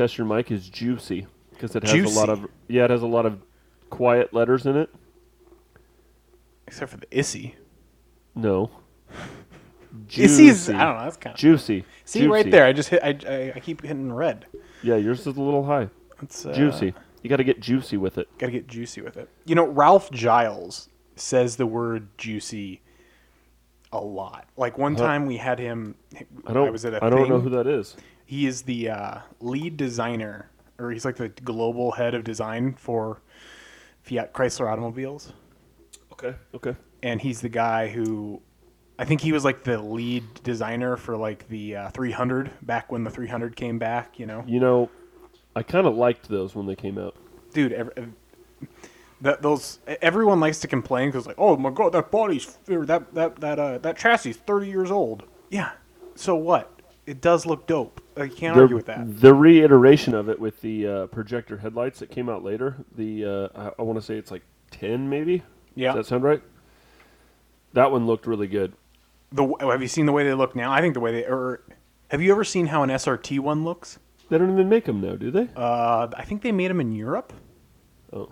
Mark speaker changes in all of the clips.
Speaker 1: Test your mic is juicy because it has a lot of yeah, it has a lot of quiet letters in it.
Speaker 2: Except for the issy.
Speaker 1: No.
Speaker 2: Issy's. I don't know. That's kind of
Speaker 1: Juicy.
Speaker 2: see right
Speaker 1: Juicy.
Speaker 2: there. I just hit. I, I, I keep hitting red.
Speaker 1: Yeah, yours is a little high.
Speaker 2: It's uh,
Speaker 1: Juicy. You got to get juicy with it.
Speaker 2: Got to get juicy with it. You know, Ralph Giles says the word juicy a lot. Like one time we had him.
Speaker 1: I don't.
Speaker 2: I was at Oh, a
Speaker 1: I don't
Speaker 2: thing.
Speaker 1: know who that is.
Speaker 2: He is the uh, lead designer, or he's like the global head of design for Fiat Chrysler automobiles.
Speaker 1: Okay. Okay.
Speaker 2: and he's the guy who I think he was like the lead designer for like the uh, 300 back when the 300 came back, you know.
Speaker 1: You know, I kind of liked those when they came out.
Speaker 2: Dude, ev ev- that those e-, everyone likes to complain because like, oh my god, that body's or that that that uh, that chassis is 30 years old. Yeah, so what? It does look dope. I can't argue with that.
Speaker 1: The reiteration of it with the uh, projector headlights that came out later. The uh, I, I want to say it's like ten, maybe.
Speaker 2: Yeah.
Speaker 1: Does that sound right? That one looked really good.
Speaker 2: The w- have you seen the way they look now? I think the way they or have you ever seen how an SRT one looks?
Speaker 1: They don't even make them now, do they?
Speaker 2: Uh, I think they made them in Europe.
Speaker 1: oh,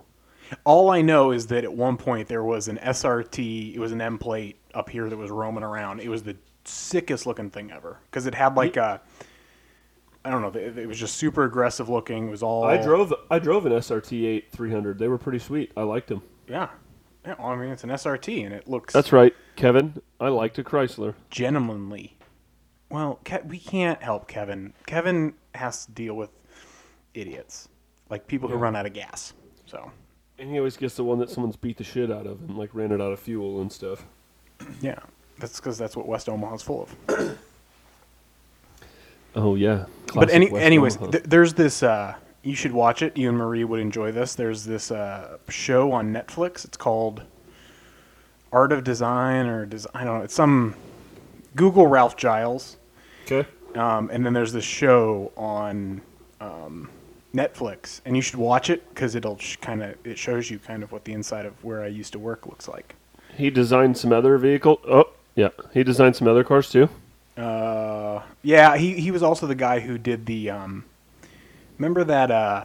Speaker 2: All I know is that at one point there was an SRT, it was an M plate up here that was roaming around. It was the sickest looking thing ever because it had like a, I don't know, it it was just super aggressive looking. It was all
Speaker 1: I drove. I drove an SRT8 300. They were pretty sweet. I liked them.
Speaker 2: Yeah, yeah. Well, I mean, it's an SRT and it looks
Speaker 1: That's right, Kevin. I liked a Chrysler.
Speaker 2: gentlemanly. Well, Ke- we can't help Kevin. Kevin has to deal with idiots, like people who run out of gas. So
Speaker 1: And he always gets the one that someone's beat the shit out of and like ran it out of fuel and stuff.
Speaker 2: yeah, that's because that's what West Omaha's full of.
Speaker 1: Oh yeah.
Speaker 2: but any, anyways, th- there's this. Uh, you should watch it. You and Marie would enjoy this. There's this uh, show on Netflix. It's called Art of Design or Design. I don't know. It's some Google Ralph Giles,
Speaker 1: okay.
Speaker 2: um, and then there's this show on um, Netflix, and you should watch it because it'll sh- kind of it shows you kind of what the inside of where I used to work looks like.
Speaker 1: He designed some other vehicle. Oh yeah, he designed some other cars too.
Speaker 2: Uh, yeah, he, he was also the guy who did the um, remember that uh,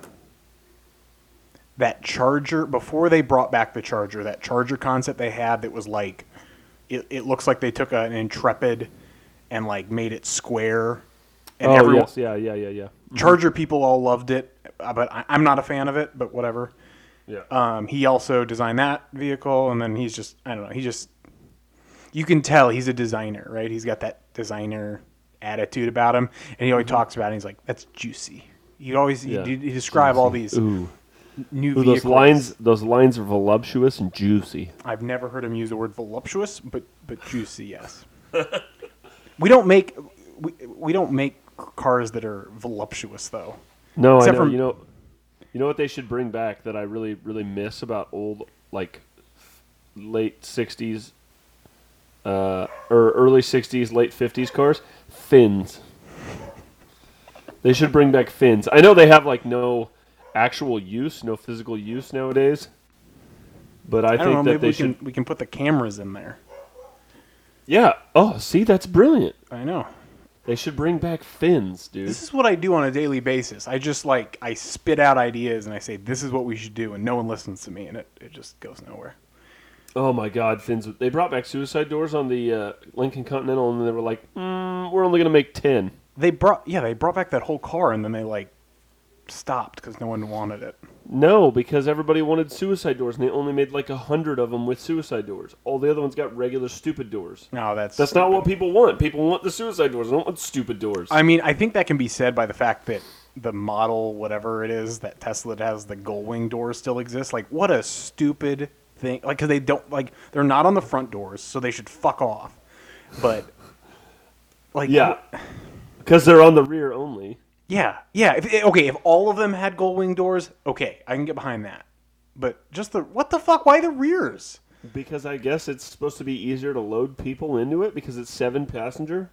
Speaker 2: that charger before they brought back the charger that charger concept they had that was like it, it looks like they took an intrepid and like made it square and
Speaker 1: oh
Speaker 2: everyone
Speaker 1: yes, yeah, yeah, yeah, yeah,
Speaker 2: charger people all loved it uh, but I, I'm not a fan of it but whatever
Speaker 1: yeah.
Speaker 2: um, he also designed that vehicle, and then he's just I don't know. He just you can tell he's a designer, right? He's got that designer attitude about him, and he always talks about it. And he's like, "That's juicy." You always you
Speaker 1: Mm-hmm. Yeah.
Speaker 2: you, describe all these
Speaker 1: Ooh,
Speaker 2: new
Speaker 1: Ooh,
Speaker 2: vehicles.
Speaker 1: those lines, those lines are voluptuous and juicy.
Speaker 2: I've never heard him use the word voluptuous, but but juicy, yes. we don't make we, we don't make cars that are voluptuous though.
Speaker 1: No,
Speaker 2: Except
Speaker 1: I know.
Speaker 2: for-
Speaker 1: you know, you know what they should bring back that I really, really miss about old, like late '60s, uh, or early '60s, late '50s cars. Fins. They should bring back fins. I know they have like no actual use, no physical use nowadays. But I,
Speaker 2: I,
Speaker 1: think
Speaker 2: don't know.
Speaker 1: that
Speaker 2: Maybe
Speaker 1: they
Speaker 2: we
Speaker 1: should.
Speaker 2: can we can put the cameras in there.
Speaker 1: Yeah. Oh, see, that's brilliant.
Speaker 2: I know.
Speaker 1: They should bring back fins, dude.
Speaker 2: This is what I do on a daily basis. I just like I spit out ideas and I say this is what we should do, and no one listens to me, and it, it just goes nowhere.
Speaker 1: Oh my God, Finns! They brought back suicide doors on the uh, Lincoln Continental, and they were like, mm, "We're only going to make 10.
Speaker 2: They brought yeah they brought back that whole car, and then they like stopped because no one wanted it.
Speaker 1: No, because everybody wanted suicide doors, and they only made like a hundred of them with suicide doors. All the other ones got regular stupid doors.
Speaker 2: No, that's
Speaker 1: That's not what people want. People want the suicide doors. They don't want stupid doors.
Speaker 2: I mean. I think that can be said by the fact that the model whatever it is that Tesla that has the gold wing door still exists. Like what a stupid thing. Like because they don't like they're not on the front doors, so they should fuck off. But like
Speaker 1: yeah, because they're on the rear only.
Speaker 2: Yeah, yeah. If, eh, okay, if all of them had gold wing doors, okay, I can get behind that. But just the what the fuck? Why the rears?
Speaker 1: Because I guess it's supposed to be easier to load people into it because it's seven passenger.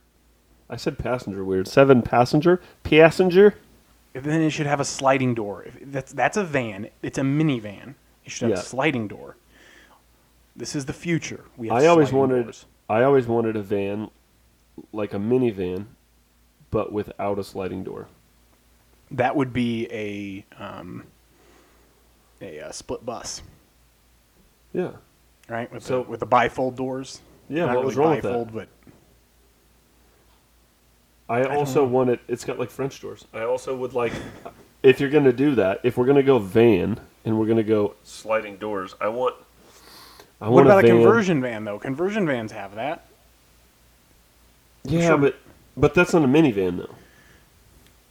Speaker 1: I said passenger weird. Seven passenger passenger.
Speaker 2: Then it should have a sliding door. If that's that's a van. It's a minivan. It should have
Speaker 1: Yeah.
Speaker 2: a sliding door. This is the future. We have
Speaker 1: I always
Speaker 2: sliding
Speaker 1: wanted
Speaker 2: doors.
Speaker 1: I always wanted a van like a minivan but without a sliding door.
Speaker 2: that would be a um, a uh, split bus,
Speaker 1: Yeah.
Speaker 2: right? With
Speaker 1: So-
Speaker 2: the, with the bifold doors.
Speaker 1: Yeah,
Speaker 2: Not
Speaker 1: what was
Speaker 2: really
Speaker 1: wrong with that?
Speaker 2: bifold, But
Speaker 1: I
Speaker 2: don't
Speaker 1: also want it. It's got like French doors. I also would like, if you're gonna do that, if we're gonna go van and we're gonna go sliding doors, I want. I
Speaker 2: what
Speaker 1: want
Speaker 2: about a,
Speaker 1: van.
Speaker 2: conversion van though? Conversion vans have that.
Speaker 1: Yeah,
Speaker 2: Sure.
Speaker 1: but but that's not a minivan though.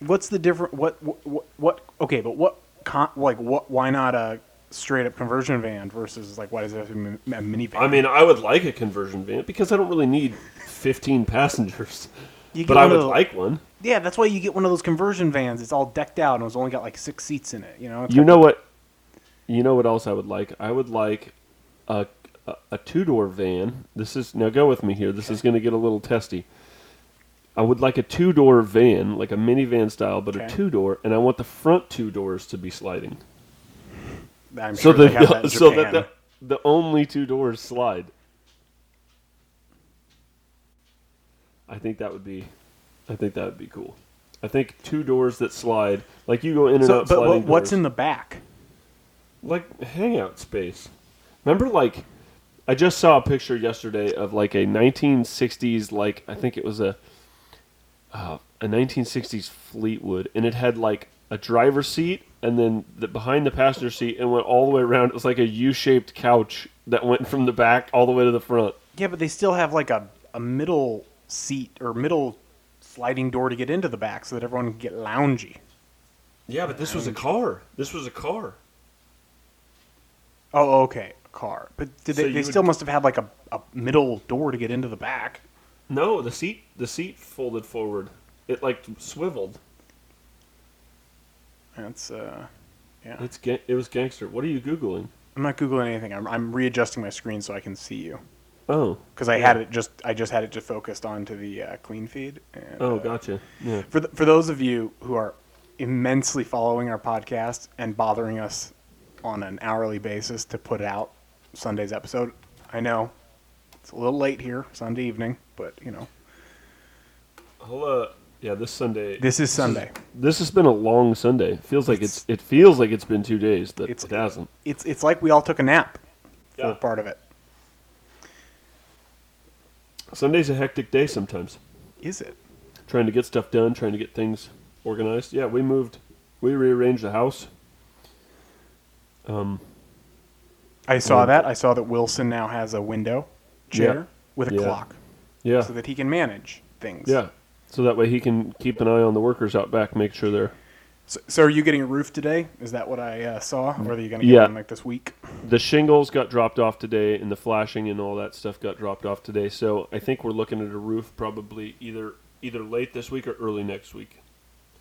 Speaker 2: What's the different? What what what? what okay, but what? Con, like what? Why not a straight up conversion van versus like why does it have to be a minivan?
Speaker 1: I mean, I would like a conversion van because I don't really need 15 passengers,
Speaker 2: You
Speaker 1: but
Speaker 2: get
Speaker 1: I
Speaker 2: one
Speaker 1: would
Speaker 2: of the-
Speaker 1: like one.
Speaker 2: Yeah, that's why you get one of those conversion vans. It's all decked out and it's only got like six seats in it. You know. It's
Speaker 1: You
Speaker 2: got-
Speaker 1: know what? You know what else I would like? I would like a a, a two door van. This is now go with me here. This is going to get a little testy. I would like a two door van, like a minivan style, but a
Speaker 2: Okay.
Speaker 1: two door, and I want the front two doors to be sliding.
Speaker 2: I'm
Speaker 1: So
Speaker 2: sure they have
Speaker 1: the,
Speaker 2: that in
Speaker 1: so that
Speaker 2: Japan.
Speaker 1: the, the only two doors slide. I think that would be, I think that would be cool. I think two doors that slide, like you go in and
Speaker 2: So-
Speaker 1: out.
Speaker 2: but
Speaker 1: sliding
Speaker 2: what, what's
Speaker 1: doors.
Speaker 2: in the back?
Speaker 1: like hangout space. Remember, like I just saw a picture yesterday of like a 1960s, like I think it was a uh, a 1960s Fleetwood, and it had like a driver's seat and then the, behind the passenger seat and went all the way around. It was like a U-shaped couch that went from the back all the way to the front.
Speaker 2: Yeah, but they still have like a, a middle seat or middle sliding door to get into the back so that everyone can get loungy.
Speaker 1: Yeah, but this was a car. This was a car.
Speaker 2: Oh, okay, a car. But did
Speaker 1: So
Speaker 2: they,
Speaker 1: you
Speaker 2: they
Speaker 1: would-
Speaker 2: still must have had like a, a middle door to get into the back.
Speaker 1: No, the seat the seat folded forward. It like swiveled.
Speaker 2: That's uh, yeah.
Speaker 1: It's ga- it was gangster. What are you googling?
Speaker 2: I'm not googling anything. I'm I'm readjusting my screen so I can see you
Speaker 1: Oh,
Speaker 2: because I had it just I just had it just focused onto the uh, clean feed. And,
Speaker 1: oh,
Speaker 2: uh,
Speaker 1: gotcha. Yeah.
Speaker 2: For, th for those of you who are immensely following our podcast and bothering us on an hourly basis to put out Sunday's episode, I know it's a little late here Sunday evening, but you know
Speaker 1: I'll, uh, yeah, this Sunday.
Speaker 2: this is Sunday.
Speaker 1: This has been a long Sunday. It feels like it's,
Speaker 2: It's-
Speaker 1: it feels like it's been two days that
Speaker 2: It's-
Speaker 1: it hasn't.
Speaker 2: It's it's like we all took a nap for
Speaker 1: Yeah.
Speaker 2: part of it.
Speaker 1: Sunday's a hectic day sometimes.
Speaker 2: Is it?
Speaker 1: Trying to get stuff done, trying to get things organized. Yeah, we moved, we rearranged the house. Um,
Speaker 2: I saw
Speaker 1: Yeah.
Speaker 2: that. I saw that Wilson now has a window chair
Speaker 1: Yeah.
Speaker 2: with a
Speaker 1: Yeah.
Speaker 2: clock
Speaker 1: yeah,
Speaker 2: so that he can manage things.
Speaker 1: yeah. So that way he can keep an eye on the workers out back, make sure they're.
Speaker 2: So, so are you getting a roof today? Is that what I uh, saw, or are you going to get
Speaker 1: Yeah.
Speaker 2: one like this week?
Speaker 1: The shingles got dropped off today, and the flashing and all that stuff got dropped off today. So I think we're looking at a roof probably either either late this week or early next week.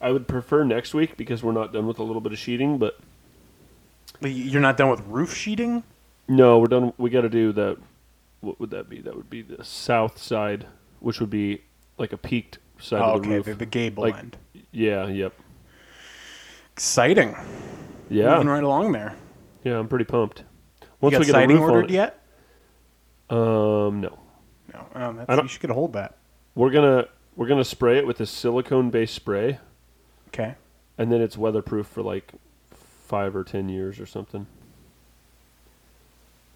Speaker 1: I would prefer next week because we're not done with a little bit of sheeting, but
Speaker 2: Like, You're not done with roof sheeting.
Speaker 1: No, we're done. We got to do that. What would that be? That would be the south side, which would be like a peaked side
Speaker 2: Oh,
Speaker 1: of the
Speaker 2: okay,
Speaker 1: roof.
Speaker 2: the, the gay
Speaker 1: Like-
Speaker 2: blend.
Speaker 1: yeah. Yep.
Speaker 2: Exciting.
Speaker 1: Yeah.
Speaker 2: Moving right along there.
Speaker 1: Yeah. I'm pretty pumped.
Speaker 2: You
Speaker 1: Once
Speaker 2: got
Speaker 1: we get
Speaker 2: siding
Speaker 1: a roof
Speaker 2: ordered
Speaker 1: on it,
Speaker 2: yet?
Speaker 1: um, no,
Speaker 2: No. Um,
Speaker 1: I
Speaker 2: that's,
Speaker 1: don't-
Speaker 2: you should get a hold of that.
Speaker 1: we're gonna we're gonna spray it with a silicone-based spray,
Speaker 2: Okay.
Speaker 1: and then it's weatherproof for like five or ten years or something.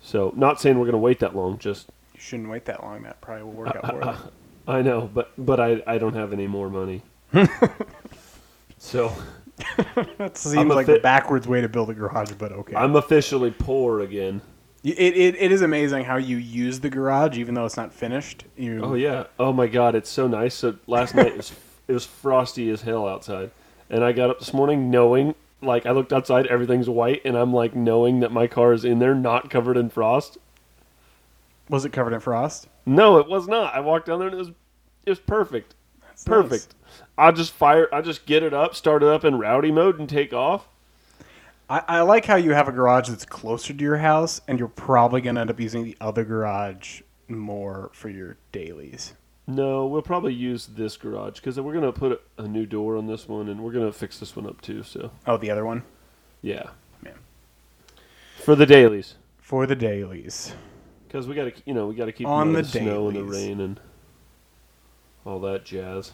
Speaker 1: So, not saying we're gonna wait that long. Just
Speaker 2: You shouldn't wait that long. That probably will work out for you.
Speaker 1: I know, but but I I don't have any more money. so.
Speaker 2: That
Speaker 1: I'm
Speaker 2: seems
Speaker 1: a
Speaker 2: like
Speaker 1: fit-
Speaker 2: the backwards way to build a garage, but okay.
Speaker 1: I'm officially poor again.
Speaker 2: Y- It, it, it is amazing how you use the garage, even though it's not finished. You,
Speaker 1: Oh yeah. Oh my god, it's so nice. So last night it was, it was frosty as hell outside, and I got up this morning knowing, like, I looked outside, everything's white, and I'm like knowing that my car is in there, not covered in frost.
Speaker 2: Was it covered in frost?
Speaker 1: No, it was not. I walked down there and it was, it was perfect,
Speaker 2: That's nice.
Speaker 1: perfect. I just fire, I just get it up, start it up in rowdy mode, and take off.
Speaker 2: I, I like how you have a garage that's closer to your house, and you're probably going to end up using the other garage more for your dailies.
Speaker 1: No, we'll probably use this garage because we're gonna put a new door on this one, and we're gonna fix this one up too. So
Speaker 2: Oh, the other one?
Speaker 1: yeah,
Speaker 2: Man.
Speaker 1: for the dailies.
Speaker 2: For the dailies.
Speaker 1: Because we got to, you know, we got to keep
Speaker 2: On
Speaker 1: on the,
Speaker 2: the
Speaker 1: snow and the
Speaker 2: dailies.
Speaker 1: rain and all that jazz.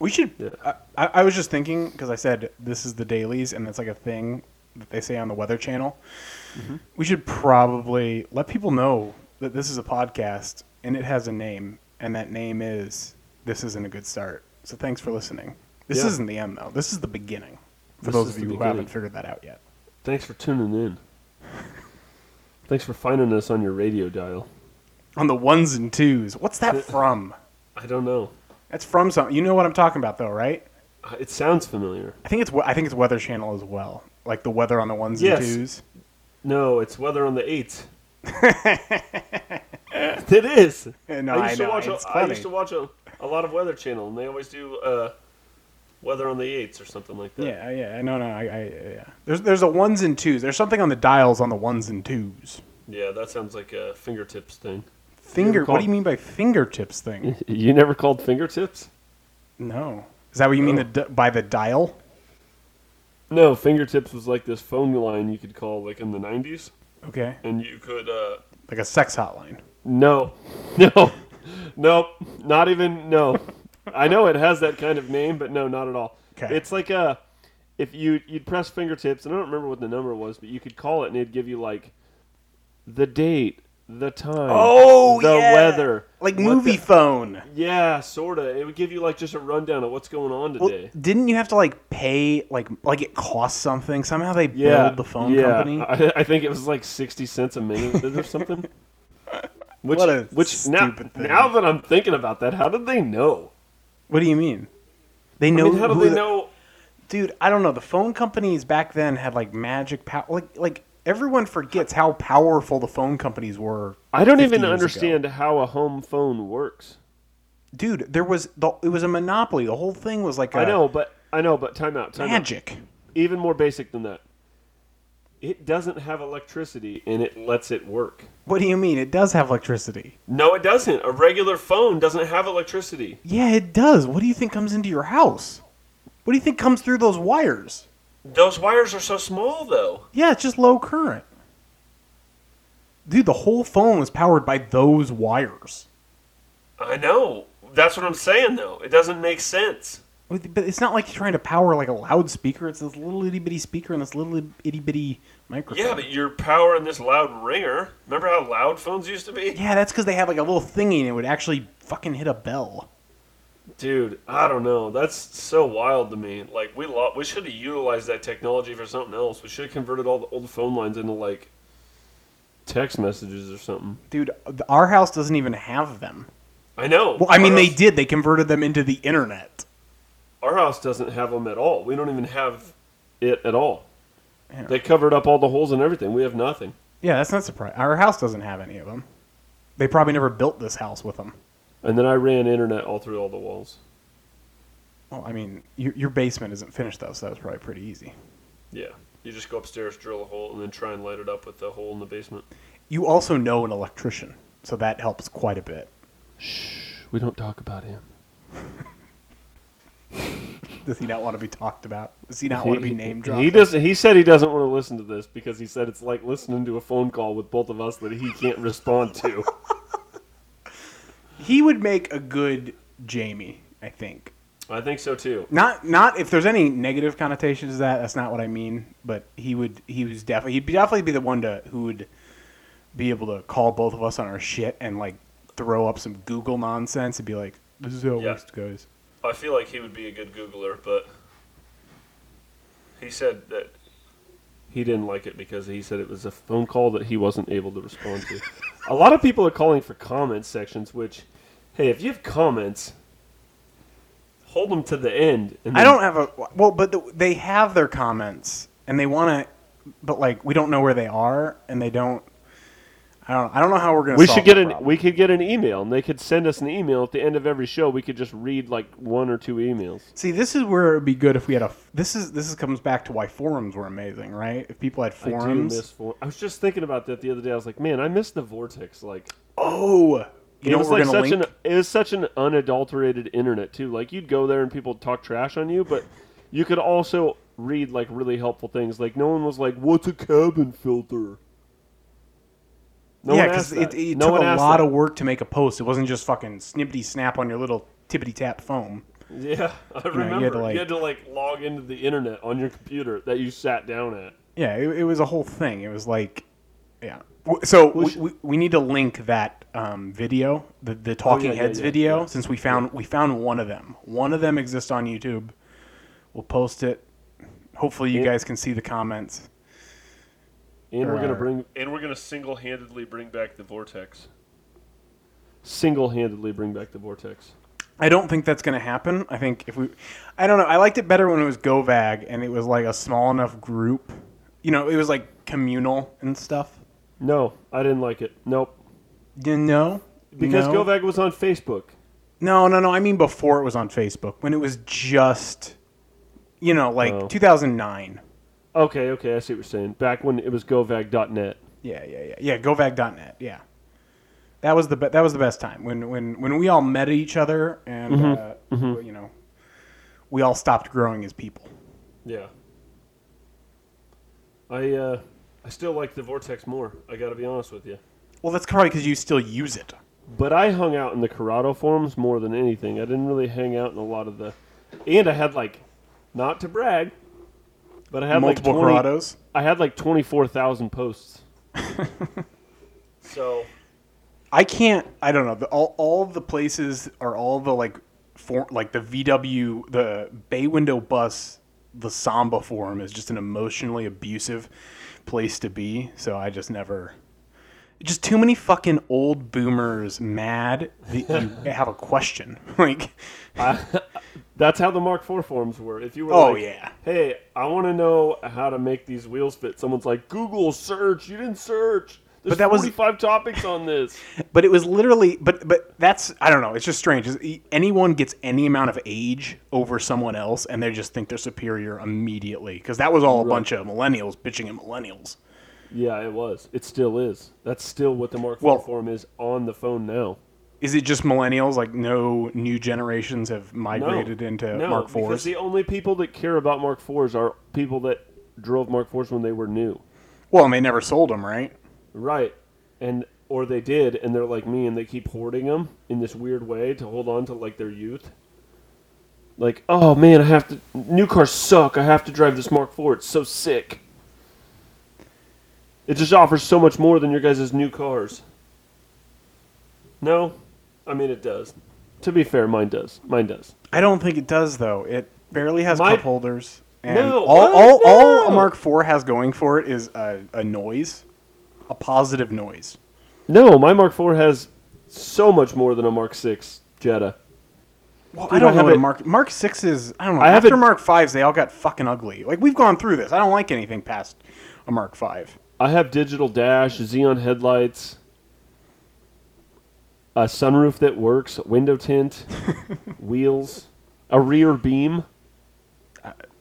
Speaker 2: We should.
Speaker 1: Yeah.
Speaker 2: I, I was just thinking because I said this is the dailies, and that's like a thing that they say on the Weather Channel.
Speaker 1: Mm-hmm.
Speaker 2: We should probably let people know that this is a podcast and it has a name, and that name is "This Isn't a Good Start." So thanks for listening. This
Speaker 1: Yeah.
Speaker 2: isn't the end though. This is the beginning. For
Speaker 1: This
Speaker 2: those
Speaker 1: is
Speaker 2: of
Speaker 1: the
Speaker 2: you who haven't
Speaker 1: beginning.
Speaker 2: figured that out yet.
Speaker 1: Thanks for tuning in. Thanks for finding us on your radio dial.
Speaker 2: On the ones and twos. What's that from?
Speaker 1: I don't know.
Speaker 2: That's from something. You know what I'm talking about though, right?
Speaker 1: Uh, It sounds familiar.
Speaker 2: I think it's we- I think it's Weather Channel as well. Like the weather on the ones
Speaker 1: Yes.
Speaker 2: and twos.
Speaker 1: No, it's weather on the eights. it is.
Speaker 2: No,
Speaker 1: I used
Speaker 2: uh, I
Speaker 1: to
Speaker 2: know,
Speaker 1: watch.
Speaker 2: it's
Speaker 1: A, I
Speaker 2: funny.
Speaker 1: used to watch a, a lot of Weather Channel, and they always do uh, weather on the eights or something like that.
Speaker 2: Yeah, yeah, no, no, I, I, yeah. There's, there's a ones and twos. There's something on the dials on the ones and twos.
Speaker 1: Yeah, that sounds like a fingertips thing.
Speaker 2: Finger.
Speaker 1: call- Mm.
Speaker 2: What do you mean by fingertips thing?
Speaker 1: You never called fingertips?
Speaker 2: no, is that what you mean
Speaker 1: Oh.
Speaker 2: the, di- by the dial?
Speaker 1: No, fingertips was like this phone line you could call like in the '90s,
Speaker 2: Okay,
Speaker 1: and you could. Uh,
Speaker 2: like a sex hotline.
Speaker 1: no, no, no, not even no. I know it has that kind of name, but no, not at all.
Speaker 2: 'Kay.
Speaker 1: It's like a if you you'd press fingertips, and I don't remember what the number was, but you could call it, and it'd give you like the date, the time, the weather,
Speaker 2: Oh, like
Speaker 1: what
Speaker 2: movie
Speaker 1: the-
Speaker 2: phone.
Speaker 1: yeah, sorta. It would give you like just a rundown of what's going on
Speaker 2: Well,
Speaker 1: today.
Speaker 2: didn't you have to like pay like like it costs something? Somehow they
Speaker 1: yeah,
Speaker 2: billed the phone
Speaker 1: yeah.
Speaker 2: company.
Speaker 1: I, I think it was like sixty cents a minute or something. Which,
Speaker 2: What a
Speaker 1: which now,
Speaker 2: stupid thing.
Speaker 1: now that I'm thinking about that, how did they know?
Speaker 2: What do you mean? They know.
Speaker 1: I mean, how do
Speaker 2: who
Speaker 1: they
Speaker 2: the-
Speaker 1: know?
Speaker 2: dude i don't know the phone companies back then had like magic power like like everyone forgets how powerful the phone companies were
Speaker 1: I don't
Speaker 2: 50
Speaker 1: even
Speaker 2: years
Speaker 1: understand how a home phone works.
Speaker 2: dude there was the it was a monopoly the whole thing was like a
Speaker 1: I know, but I know, but time out, time out.
Speaker 2: magic
Speaker 1: Even more basic than that. It doesn't have electricity, and it lets it work.
Speaker 2: what do you mean it does have electricity
Speaker 1: No, it doesn't. A regular phone doesn't have electricity.
Speaker 2: yeah it does what do you think comes into your house what do you think comes through those wires
Speaker 1: Those wires are so small, though.
Speaker 2: yeah it's just low current dude the whole phone was powered by those wires
Speaker 1: I know. That's what I'm saying, though. It doesn't make sense.
Speaker 2: With- But it's not like you're trying to power like a loudspeaker. It's this little itty bitty speaker and this little itty bitty microphone.
Speaker 1: Yeah, but you're powering this loud ringer. Remember how loud phones used to be?
Speaker 2: yeah, that's because they had like a little thingy and it would actually fucking hit a bell.
Speaker 1: Dude, I don't know. That's so wild to me. Like we lo- we should have utilized that technology for something else. We should have converted all the old phone lines into like text messages or something.
Speaker 2: Dude, th- our house doesn't even have them.
Speaker 1: I know.
Speaker 2: Well, I mean,
Speaker 1: Our
Speaker 2: they
Speaker 1: house-
Speaker 2: did. They converted them into the internet.
Speaker 1: Our house doesn't have them at all. We don't even have it at all.
Speaker 2: Yeah.
Speaker 1: They covered up all the holes and everything. We have nothing.
Speaker 2: Yeah, that's not surprising. Our house doesn't have any of them. They probably never built this house with them.
Speaker 1: And then I ran internet all through all the walls.
Speaker 2: Well, I mean, your, your basement isn't finished though, so that was probably pretty easy.
Speaker 1: Yeah. You just go upstairs, drill a hole, and then try and light it up with the hole in the basement.
Speaker 2: You also know an electrician, so that helps quite a bit.
Speaker 1: We don't talk about him.
Speaker 2: Does he not want to be talked about? Does he not want to be name dropped?
Speaker 1: He does. He said he doesn't want to listen to this because he said it's like listening to a phone call with both of us that he can't respond to.
Speaker 2: He would make a good Jamie, I think.
Speaker 1: I think so too.
Speaker 2: Not not if there's any negative connotations to that, that's not what I mean, but he would he was definitely he'd be- definitely be the one to who would be able to call both of us on our shit and like throw up some Google nonsense and be like, This is how it
Speaker 1: Yeah.
Speaker 2: works goes.
Speaker 1: I feel like he would be a good Googler, but he said that he didn't like it because he said it was a phone call that he wasn't able to respond to. a lot of people are calling for comment sections, which, hey, if you have comments, hold them to the end. And
Speaker 2: I
Speaker 1: then-
Speaker 2: don't have a well, but the, they have their comments and they want to, but like we don't know where they are and they don't. I don't. I don't know how we're gonna.
Speaker 1: We
Speaker 2: solve
Speaker 1: should get
Speaker 2: the
Speaker 1: an
Speaker 2: problem.
Speaker 1: we could get an email and they could send us an email at the end of every show. We could just read like one or two emails.
Speaker 2: See, this is where it would be good if we had a. This is this is comes back to why forums were amazing, right? If people had
Speaker 1: I do miss
Speaker 2: forums.
Speaker 1: for- I was just thinking about that the other day. I was like, man, I miss the vortex. Like
Speaker 2: Oh, you
Speaker 1: it
Speaker 2: know
Speaker 1: was
Speaker 2: what we're
Speaker 1: like
Speaker 2: gonna
Speaker 1: such
Speaker 2: link?
Speaker 1: an it was such an unadulterated internet too. Like you'd go there and people would talk trash on you, but you could also read like really helpful things. Like no one was like, "What's a cabin filter?" No
Speaker 2: yeah,
Speaker 1: one asked
Speaker 2: because it,
Speaker 1: that.
Speaker 2: it
Speaker 1: no
Speaker 2: took
Speaker 1: one
Speaker 2: a
Speaker 1: asked
Speaker 2: lot
Speaker 1: that.
Speaker 2: of work to make a post. It wasn't just fucking snippety snap on your little tippity tap phone.
Speaker 1: Yeah, I
Speaker 2: know, you had
Speaker 1: remember. You had,
Speaker 2: to,
Speaker 1: to,
Speaker 2: like-
Speaker 1: like, log into the internet on your computer that you sat down at.
Speaker 2: Yeah, it, it was a whole thing. It was like, yeah. W- So we,
Speaker 1: should-
Speaker 2: we, we need to link that um, video, the, the Talking
Speaker 1: Oh, yeah,
Speaker 2: Heads
Speaker 1: yeah,
Speaker 2: video,
Speaker 1: yeah.
Speaker 2: since we found we found one of them. One of them exists on YouTube. We'll post it. Hopefully, you
Speaker 1: Yeah.
Speaker 2: guys can see the comments.
Speaker 1: And
Speaker 2: There
Speaker 1: we're gonna
Speaker 2: are-
Speaker 1: bring and we're gonna single handedly bring back the vortex. Single handedly bring back the vortex.
Speaker 2: I don't think that's going to happen. I think if we, I don't know. I liked it better when it was Govag and it was like a small enough group. You know, it was like communal and stuff.
Speaker 1: No, I didn't like it. Nope.
Speaker 2: You know,
Speaker 1: Because
Speaker 2: no.
Speaker 1: Govag was on Facebook.
Speaker 2: No, no, no. I mean before it was on Facebook, when it was just, you know, like
Speaker 1: Oh.
Speaker 2: 2009.
Speaker 1: Okay, okay, I see what you're saying. Back when it was Govag.net.
Speaker 2: Yeah, yeah, yeah, yeah. Govag.net. Yeah, that was the be- that was the best time when when when we all met each other and uh, you know, we all stopped growing as people.
Speaker 1: Yeah. I uh, I still like the vortex more. I got to be honest with you.
Speaker 2: Well, that's probably because you still use it.
Speaker 1: But I hung out in the Corrado forums more than anything. I didn't really hang out in a lot of the, and I had like, not to brag, but I had
Speaker 2: Multiple
Speaker 1: like 20,
Speaker 2: Corrados.
Speaker 1: I had like twenty four thousand posts. so
Speaker 2: I can't. I don't know. The, all all the places are all the like for like the VW the bay window bus the Samba forum is just an emotionally abusive place to be. So I just never. Just too many fucking old boomers mad that you have a question. Like,
Speaker 1: that's how the Mark IV forums were. If you were
Speaker 2: oh
Speaker 1: like,
Speaker 2: yeah,
Speaker 1: hey, I want to know how to make these wheels fit. Someone's like, Google search. You didn't search. There's
Speaker 2: that was-
Speaker 1: 45 topics on this.
Speaker 2: but it was literally. But but that's I don't know. It's just strange. Is- e, Anyone gets any amount of age over someone else, and they just think they're superior immediately. Because that was all a bunch of millennials bitching at millennials.
Speaker 1: Yeah, it was. It still is. That's still what the Mark IV
Speaker 2: Well-
Speaker 1: forum is on the phone now.
Speaker 2: Is it just millennials? Like no new generations have migrated into
Speaker 1: no,
Speaker 2: Mark
Speaker 1: because
Speaker 2: IVs.
Speaker 1: the only people that care about Mark IVs are people that drove Mark IVs when they were new,
Speaker 2: well, and they never sold them, right?
Speaker 1: right? And or they did, and they're like me, and they keep hoarding them in this weird way to hold on to like their youth. Like, oh man, I have to. New cars suck. I have to drive this Mark IV. It's so sick. It just offers so much more than your guys' new cars. No, I mean it does. To be fair, mine does. Mine does.
Speaker 2: I don't think it does though. It barely has
Speaker 1: My-
Speaker 2: cup holders, and
Speaker 1: No,
Speaker 2: all
Speaker 1: what?
Speaker 2: all, all a
Speaker 1: No.
Speaker 2: Mark IV has going for it is a, a noise, a positive noise.
Speaker 1: No, my Mark IV has so much more than a Mark VI Jetta.
Speaker 2: Well,
Speaker 1: Dude,
Speaker 2: I don't
Speaker 1: I
Speaker 2: know
Speaker 1: have
Speaker 2: what a
Speaker 1: it-
Speaker 2: Mark Mark Sixes. I don't know.
Speaker 1: I have
Speaker 2: After
Speaker 1: it-
Speaker 2: Mark Fives, they all got fucking ugly. Like we've gone through this. I don't like anything past a Mark Five.
Speaker 1: I have digital dash, Xeon headlights, a sunroof that works, window tint, wheels, a rear beam.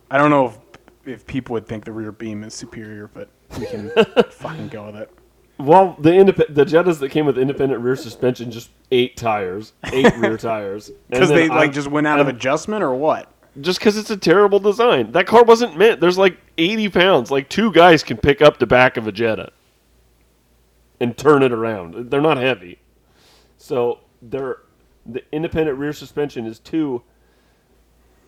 Speaker 2: I don't know if if people would think the rear beam is superior, but we can fucking go with it.
Speaker 1: Well, the indep- the Jettas that came with independent rear suspension just eight tires, eight rear tires, And
Speaker 2: Because
Speaker 1: then
Speaker 2: they
Speaker 1: I-
Speaker 2: like just went out of adjustment or what?
Speaker 1: just because it's a terrible design. That car wasn't meant. There's like 80 pounds. Like two guys can pick up the back of a Jetta and turn it around. They're not heavy, so they're the independent rear suspension is too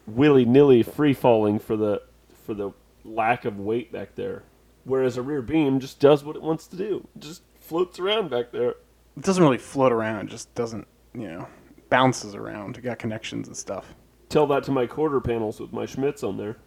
Speaker 1: willy nilly free falling for the for the lack of weight back there. Whereas a rear beam just does what it wants to do. It Just floats around back there.
Speaker 2: It doesn't really float around. It just doesn't you know bounces around. It got connections and stuff.
Speaker 1: Tell that to my quarter panels with my Schmitz on there.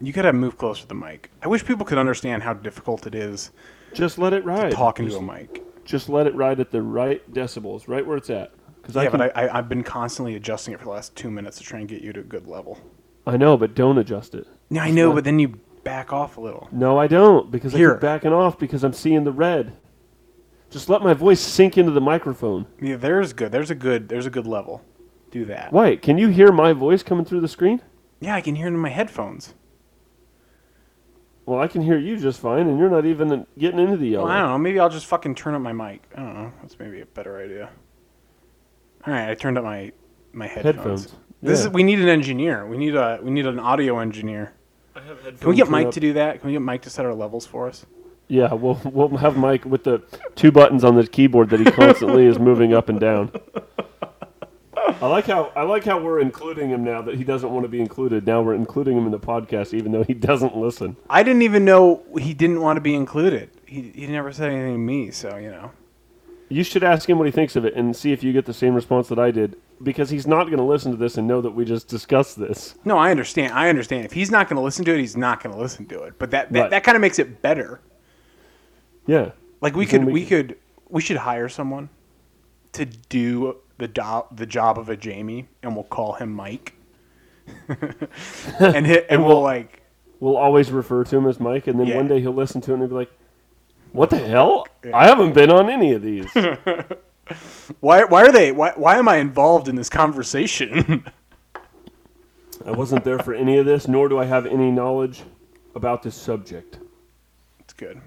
Speaker 2: You gotta move closer to the mic. I wish people could understand how difficult it is
Speaker 1: Just let it ride.
Speaker 2: talking to a mic.
Speaker 1: just let it ride at the right decibels, right where it's at. Because I,
Speaker 2: Yeah,
Speaker 1: can,
Speaker 2: but I, I, I've been constantly adjusting it for the last two minutes to try and get you to a good level.
Speaker 1: I know, but don't adjust it.
Speaker 2: Yeah, I know, but then you back off a little.
Speaker 1: No, I don't, because I
Speaker 2: Here.
Speaker 1: keep backing off because I'm seeing the red. Just let my voice sink into the microphone.
Speaker 2: Yeah, there's good. There's a good. There's a good level. Do that.
Speaker 1: Wait, can you hear my voice coming through the screen?
Speaker 2: Yeah, I can hear it in my headphones.
Speaker 1: Well, I can hear you just fine, and you're not even getting into the yellow.
Speaker 2: Well, I don't know. Maybe I'll just fucking turn up my mic. I don't know. That's maybe a better idea. All right, I turned up my my headphones.
Speaker 1: Headphones.
Speaker 2: This
Speaker 1: Yeah.
Speaker 2: is. We need an engineer. We need a. We need an audio engineer.
Speaker 1: I have headphones.
Speaker 2: Can we get Mike to do that? Can we get Mike to set our levels for us?
Speaker 1: Yeah, we'll we'll have Mike with the two buttons on the keyboard that he constantly is moving up and down. I like how I like how we're including him now that he doesn't want to be included. Now we're including him in the podcast, even though he doesn't listen.
Speaker 2: I didn't even know he didn't want to be included. He, he never said anything to me, so you know.
Speaker 1: You should ask him what he thinks of it and see if you get the same response that I did, because he's not going to listen to this and know that we just discussed this.
Speaker 2: No, I understand. I understand. If he's not going to listen to it, he's not going to listen to it. But that that,
Speaker 1: Right.
Speaker 2: that kind of makes it better.
Speaker 1: Yeah,
Speaker 2: Like we
Speaker 1: Because then
Speaker 2: could
Speaker 1: we
Speaker 2: we could we should hire someone to do the do- the job of a Jamie, and we'll call him Mike. and hit, and we'll like
Speaker 1: we'll always refer to him as Mike, and then
Speaker 2: Yeah.
Speaker 1: one day he'll listen to it and be like, "What the hell? I haven't been on any of these."
Speaker 2: why why are they why why am I involved in this conversation?
Speaker 1: I wasn't there for any of this, nor do I have any knowledge about this subject.
Speaker 2: it's good.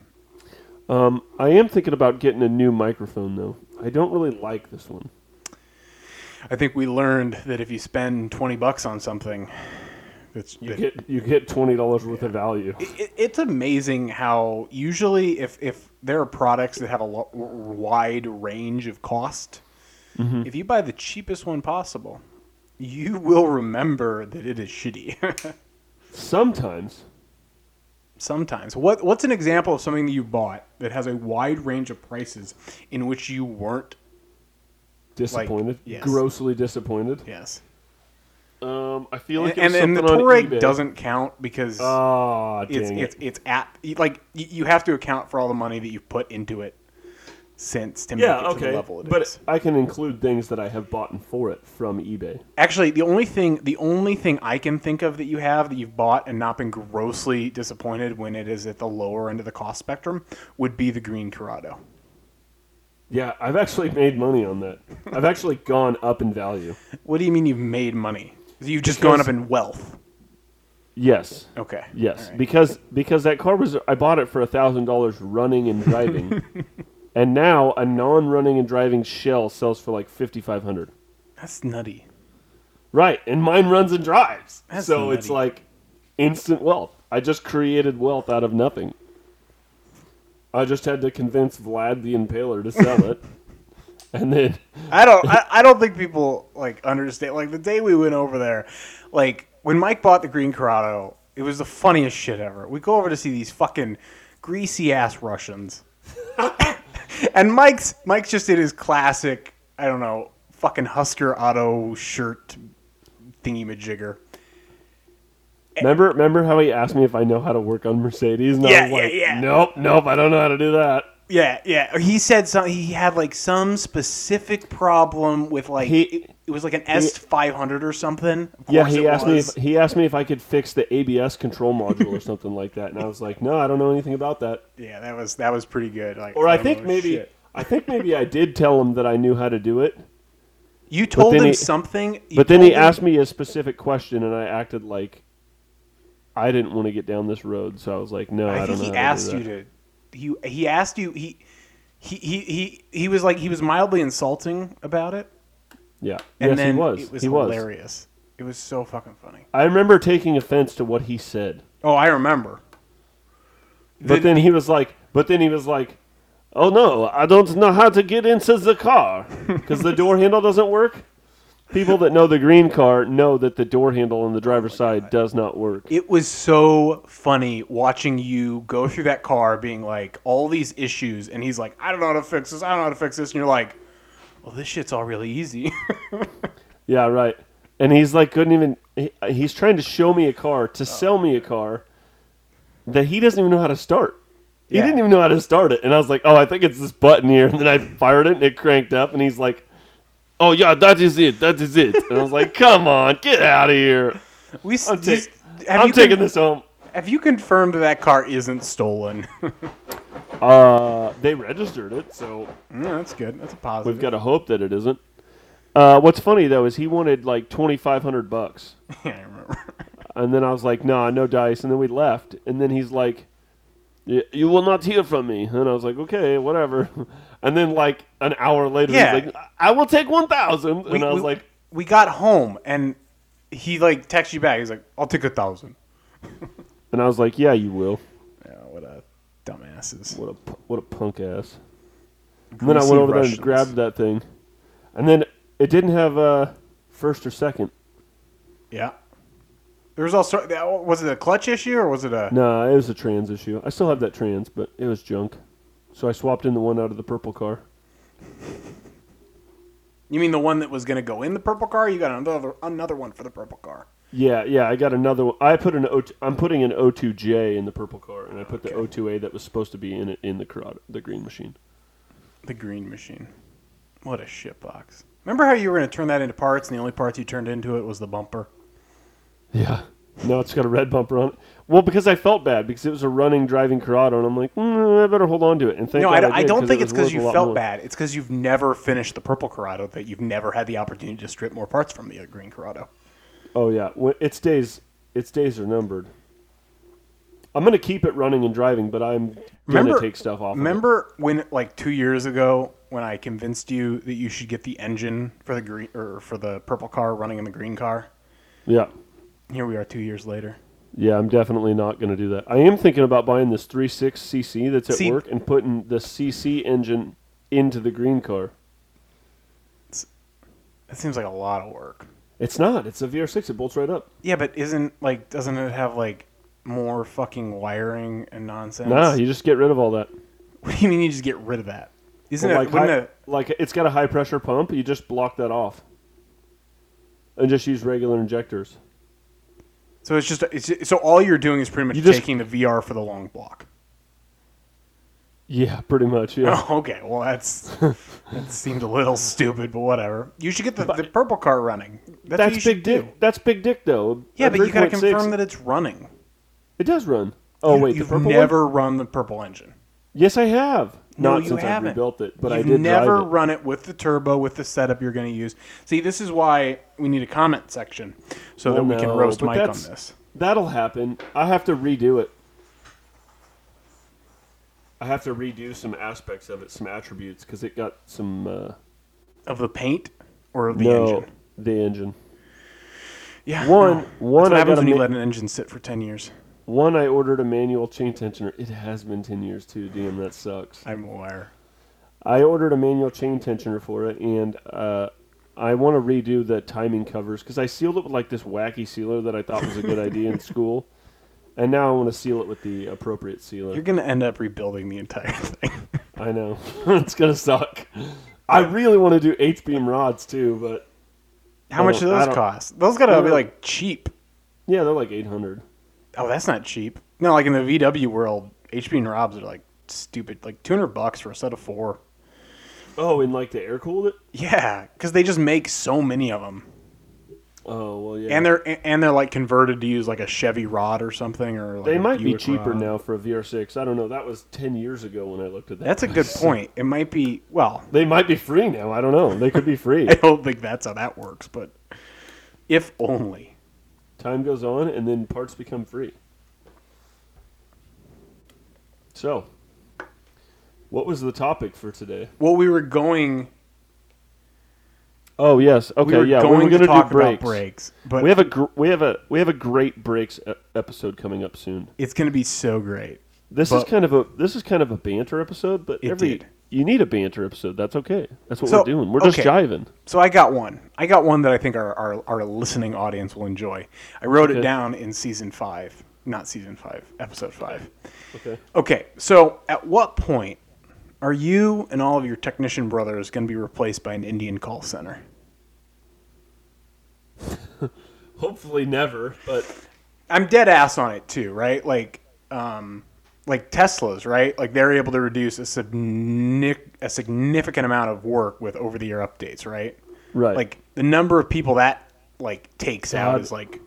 Speaker 1: Um, I am thinking about getting a new microphone, though. I don't really like this one.
Speaker 2: I think we learned that if you spend twenty bucks on something, it's
Speaker 1: You
Speaker 2: that-
Speaker 1: get you get twenty dollars worth of value.
Speaker 2: it, it's amazing how usually if if there are products that have a lo- wide range of cost, if you buy the cheapest one possible, you will remember that it is shitty.
Speaker 1: Sometimes
Speaker 2: Sometimes, what what's an example of something that you bought that has a wide range of prices in which you weren't?
Speaker 1: disappointed,
Speaker 2: yes.
Speaker 1: grossly disappointed.
Speaker 2: Yes,
Speaker 1: Um, I feel like it
Speaker 2: and,
Speaker 1: was
Speaker 2: and, and the
Speaker 1: something on
Speaker 2: Touareg
Speaker 1: eBay.
Speaker 2: doesn't count because
Speaker 1: Ah,
Speaker 2: it's
Speaker 1: dang
Speaker 2: it's
Speaker 1: it.
Speaker 2: it's at like y- you have to account for all the money that you've put into it since to
Speaker 1: Yeah,
Speaker 2: make it to the
Speaker 1: okay,
Speaker 2: level it is.
Speaker 1: but I can include things that I have bought and for it from eBay.
Speaker 2: Actually, the only thing the only thing I can think of that you have that you've bought and not been grossly disappointed when it is at the lower end of the cost spectrum would be the green Corrado.
Speaker 1: Yeah, I've actually made money on that. I've actually gone up in value.
Speaker 2: What do you mean you've made money? You've just gone
Speaker 1: Because-
Speaker 2: up in wealth.
Speaker 1: Yes.
Speaker 2: Okay.
Speaker 1: Yes,
Speaker 2: All right.
Speaker 1: because because that car was I bought it for thousand dollars running and driving, and now a non-running and driving shell sells for like fifty five hundred.
Speaker 2: That's nutty.
Speaker 1: Right, and mine runs and drives,
Speaker 2: That's
Speaker 1: so it's
Speaker 2: nutty.
Speaker 1: like instant wealth. I just created wealth out of nothing. I just had to convince Vlad the Impaler to sell it, and then
Speaker 2: I don't I, I don't think people like understand like the day we went over there, like when Mike bought the green Corrado, it was the funniest shit ever. We go over to see these fucking greasy ass Russians. and Mike's Mike's just in his classic, I don't know, fucking Husker Auto shirt thingy majigger.
Speaker 1: remember remember how he asked me if I know how to work on Mercedes, and I
Speaker 2: Yeah,
Speaker 1: was
Speaker 2: yeah,
Speaker 1: like,
Speaker 2: yeah.
Speaker 1: nope, nope, I don't know how to do that.
Speaker 2: Yeah, yeah. He said some he had like some specific problem with like
Speaker 1: He-
Speaker 2: it, it was like an S five hundred or something. Of
Speaker 1: Yeah,
Speaker 2: course
Speaker 1: he
Speaker 2: it
Speaker 1: asked me
Speaker 2: was.
Speaker 1: if he asked me if I could fix the ABS control module or something like that, and I was like, "No, I don't know anything about that."
Speaker 2: Yeah, that was that was pretty good. Like,
Speaker 1: Or I
Speaker 2: don't
Speaker 1: think
Speaker 2: know
Speaker 1: maybe
Speaker 2: Oh, shit.
Speaker 1: I think maybe I did tell him that I knew how to do it,
Speaker 2: you told
Speaker 1: then
Speaker 2: him
Speaker 1: he-
Speaker 2: something, you
Speaker 1: but then he
Speaker 2: told him-
Speaker 1: asked me a specific question, and I acted like I didn't want to get down this road, so I was like, "No, I,
Speaker 2: I
Speaker 1: don't
Speaker 2: think
Speaker 1: know."
Speaker 2: he
Speaker 1: how to
Speaker 2: asked
Speaker 1: do
Speaker 2: you
Speaker 1: that.
Speaker 2: to. He he asked you he. He, he, he, he was like he was mildly insulting about it,
Speaker 1: Yeah,
Speaker 2: and
Speaker 1: yes,
Speaker 2: then
Speaker 1: he was.
Speaker 2: it was
Speaker 1: he was.
Speaker 2: hilarious. It was so fucking funny.
Speaker 1: I remember taking offense to what he said,
Speaker 2: Oh, I remember.
Speaker 1: but
Speaker 2: The-
Speaker 1: then he was like, "But then he was like." Oh no, I don't know how to get into the car because the door handle doesn't work. People that know the green car know that the door handle on the driver's side does not work.
Speaker 2: It was so funny watching you go through that car being like all these issues and he's like, I don't know how to fix this, I don't know how to fix this and you're like, Well this shit's all really easy.
Speaker 1: Yeah, right. And he's like, couldn't even. He, he's trying to show me a car to sell me a car that he doesn't even know how to start. He
Speaker 2: Yeah.
Speaker 1: didn't even know how to start it, and I was like, "Oh, I think it's this button here." And then I fired it, and it cranked up, and he's like, "Oh yeah, that is it, that is it." And I was like, "Come on, get out of here!
Speaker 2: we s-
Speaker 1: I'm, ta-
Speaker 2: these- have
Speaker 1: I'm
Speaker 2: you
Speaker 1: taking
Speaker 2: con-
Speaker 1: this home."
Speaker 2: Have you confirmed that car isn't stolen?
Speaker 1: Uh, they registered it, so
Speaker 2: that's good. That's a positive.
Speaker 1: we've got to hope that it isn't. Uh, what's funny though is he wanted like twenty five hundred bucks,
Speaker 2: yeah, I remember.
Speaker 1: and then I was like, "Nah, no dice." And then we left, and then he's like, "Y- "You will not hear from me," and I was like, "Okay, whatever." And then like an hour later,
Speaker 2: Yeah.
Speaker 1: he's like, "I- "I will take one thousand. and I was like,
Speaker 2: we got home and he like texts you back. He's like, I'll take a thousand.
Speaker 1: "And I was like, yeah, you will."
Speaker 2: Yeah, what a dumbasses.
Speaker 1: What a pu- what a punk ass. And then I went over there and grabbed that thing, and then it didn't have uh, first or second.
Speaker 2: Yeah. There was also that- oh, was it a clutch issue or was it a
Speaker 1: Nah, it was a trans issue. I still have that trans, but it was junk. So I swapped in the one out of the purple car.
Speaker 2: You mean the one that was going to go in the purple car? You got another another one for the purple car.
Speaker 1: Yeah, yeah, I got another one. I put an O. I'm putting an O2J in the purple car, and I put
Speaker 2: Okay.
Speaker 1: the O2A that was supposed to be in it in the Corrado, the green machine.
Speaker 2: The green machine. What a shitbox. Remember how you were going to turn that into parts and the only parts you turned into it was the bumper?
Speaker 1: Yeah. No, it's got a red bumper on it. Well, because I felt bad because it was a running driving Corrado, and I'm like, mm, I better hold on to it. And thank
Speaker 2: no,
Speaker 1: God
Speaker 2: I,
Speaker 1: I,
Speaker 2: don't- I
Speaker 1: did,
Speaker 2: don't think
Speaker 1: it
Speaker 2: it's
Speaker 1: was worth
Speaker 2: because
Speaker 1: a
Speaker 2: you
Speaker 1: lot
Speaker 2: felt
Speaker 1: more.
Speaker 2: bad. It's because you've never finished the purple Corrado that you've never had the opportunity to strip more parts from the uh, green Corrado.
Speaker 1: Oh yeah, When- its days, its days are numbered. I'm gonna keep it running and driving, but I'm
Speaker 2: Remember-
Speaker 1: gonna take stuff off. of it.
Speaker 2: Remember when, like two years ago, when I convinced you that you should get the engine for the green or for the purple car running in the green car?
Speaker 1: Yeah,
Speaker 2: Here we are, two years later.
Speaker 1: yeah, I'm definitely not gonna do that. I am thinking about buying this 36 cc that's at
Speaker 2: See-
Speaker 1: work and putting the cc engine into the green car.
Speaker 2: That seems like a lot of work.
Speaker 1: It's not. It's a VR6. It bolts right up.
Speaker 2: Yeah, but isn't like doesn't it have like more fucking wiring and nonsense?
Speaker 1: Nah, you just get rid of all that.
Speaker 2: what do you mean you just get rid of that? Isn't
Speaker 1: Well,
Speaker 2: it?
Speaker 1: like,
Speaker 2: wouldn't
Speaker 1: high-
Speaker 2: it?
Speaker 1: like it's got a high pressure pump. You just block that off, and just use regular injectors.
Speaker 2: So it's just it's, so all you're doing is pretty much
Speaker 1: You just-
Speaker 2: taking the VR for the long block.
Speaker 1: Yeah, pretty much. Yeah.
Speaker 2: Oh, okay. Well, that's that seemed a little stupid, but whatever. You should get the, the purple car running. That's, what you
Speaker 1: That's
Speaker 2: should
Speaker 1: big dick.
Speaker 2: do.
Speaker 1: That's big dick though.
Speaker 2: Yeah,
Speaker 1: A
Speaker 2: but you gotta
Speaker 1: 3.6,
Speaker 2: confirm that it's running.
Speaker 1: it does run. Oh
Speaker 2: you,
Speaker 1: wait, the
Speaker 2: you've
Speaker 1: purple one?
Speaker 2: never run the purple engine.
Speaker 1: Yes, I have.
Speaker 2: No,
Speaker 1: Not
Speaker 2: you
Speaker 1: since
Speaker 2: haven't.
Speaker 1: I rebuilt it, but
Speaker 2: You've
Speaker 1: I did
Speaker 2: never
Speaker 1: drive it.
Speaker 2: run it with the turbo with the setup you're going to use. See, this is why we need a comment section so that
Speaker 1: Well,
Speaker 2: we can
Speaker 1: no,
Speaker 2: roast
Speaker 1: but
Speaker 2: Mike on
Speaker 1: that's-
Speaker 2: this.
Speaker 1: That'll happen. I have to redo it. I have to redo some aspects of it, some attributes, because it got some uh,
Speaker 2: Of the paint or of the
Speaker 1: no
Speaker 2: engine?
Speaker 1: the engine.
Speaker 2: Yeah.
Speaker 1: One-
Speaker 2: no.
Speaker 1: one
Speaker 2: That's what
Speaker 1: I
Speaker 2: happens
Speaker 1: gotta
Speaker 2: when you
Speaker 1: ma-
Speaker 2: let an engine sit for ten years.
Speaker 1: One, I ordered a manual chain tensioner. It has been ten years too. Damn, that sucks.
Speaker 2: I'm aware.
Speaker 1: I ordered a manual chain tensioner for it, and uh, I want to redo the timing covers because I sealed it with like this wacky sealer that I thought was a good idea in school, and now I want to seal it with the appropriate sealer.
Speaker 2: You're going to end up rebuilding the entire thing.
Speaker 1: I know it's gonna suck. I really want to do H beam rods too, but
Speaker 2: How
Speaker 1: I
Speaker 2: much do
Speaker 1: don't- I
Speaker 2: those
Speaker 1: don't-
Speaker 2: cost? Those got to be
Speaker 1: Yeah.
Speaker 2: like cheap.
Speaker 1: yeah, they're like eight hundred.
Speaker 2: Oh, that's not cheap. No, like in the VW world, HP and Robs are like stupid, like two hundred bucks for a set of four.
Speaker 1: Oh, and like the air cooled it.
Speaker 2: Yeah, because they just make so many of them.
Speaker 1: Oh well, yeah.
Speaker 2: and they're and they're like converted to use like a Chevy rod or something, or like
Speaker 1: they
Speaker 2: a
Speaker 1: might be
Speaker 2: Buick
Speaker 1: cheaper
Speaker 2: rod.
Speaker 1: now for a VR6. I don't know. That was ten years ago when I looked at that.
Speaker 2: That's a good point. It might be. Well,
Speaker 1: They might be free now. I don't know. They could be free.
Speaker 2: I don't think that's how that works, but if only.
Speaker 1: Time goes on, and then parts become free. So, what was the topic for today?
Speaker 2: Well, we were going.
Speaker 1: Oh yes, okay,
Speaker 2: We were
Speaker 1: yeah, we
Speaker 2: going
Speaker 1: were
Speaker 2: to
Speaker 1: going to
Speaker 2: talk
Speaker 1: do breaks.
Speaker 2: about breaks, but
Speaker 1: We have a gr- we have a we have a great breaks e- episode coming up soon.
Speaker 2: it's going to be so great.
Speaker 1: This is
Speaker 2: But-
Speaker 1: kind of a this is kind of a banter episode, but
Speaker 2: It
Speaker 1: every
Speaker 2: did.
Speaker 1: you need a banter episode. That's okay. That's what
Speaker 2: So,
Speaker 1: we're doing. We're just
Speaker 2: okay.
Speaker 1: jiving.
Speaker 2: So I got one. I got one that I think our our, our listening audience will enjoy. I wrote it
Speaker 1: Okay.
Speaker 2: down in season five, not season five, episode five.
Speaker 1: Okay.
Speaker 2: Okay, so at what point are you and all of your technician brothers going to be replaced by an Indian call center?
Speaker 1: Hopefully never, but
Speaker 2: I'm dead ass on it too, right? Like, um, like Teslas, right? Like they're able to reduce a, signic- a significant amount of work with over-the-air updates, right?
Speaker 1: right.
Speaker 2: Like the number of people that like takes out
Speaker 1: God.
Speaker 2: is like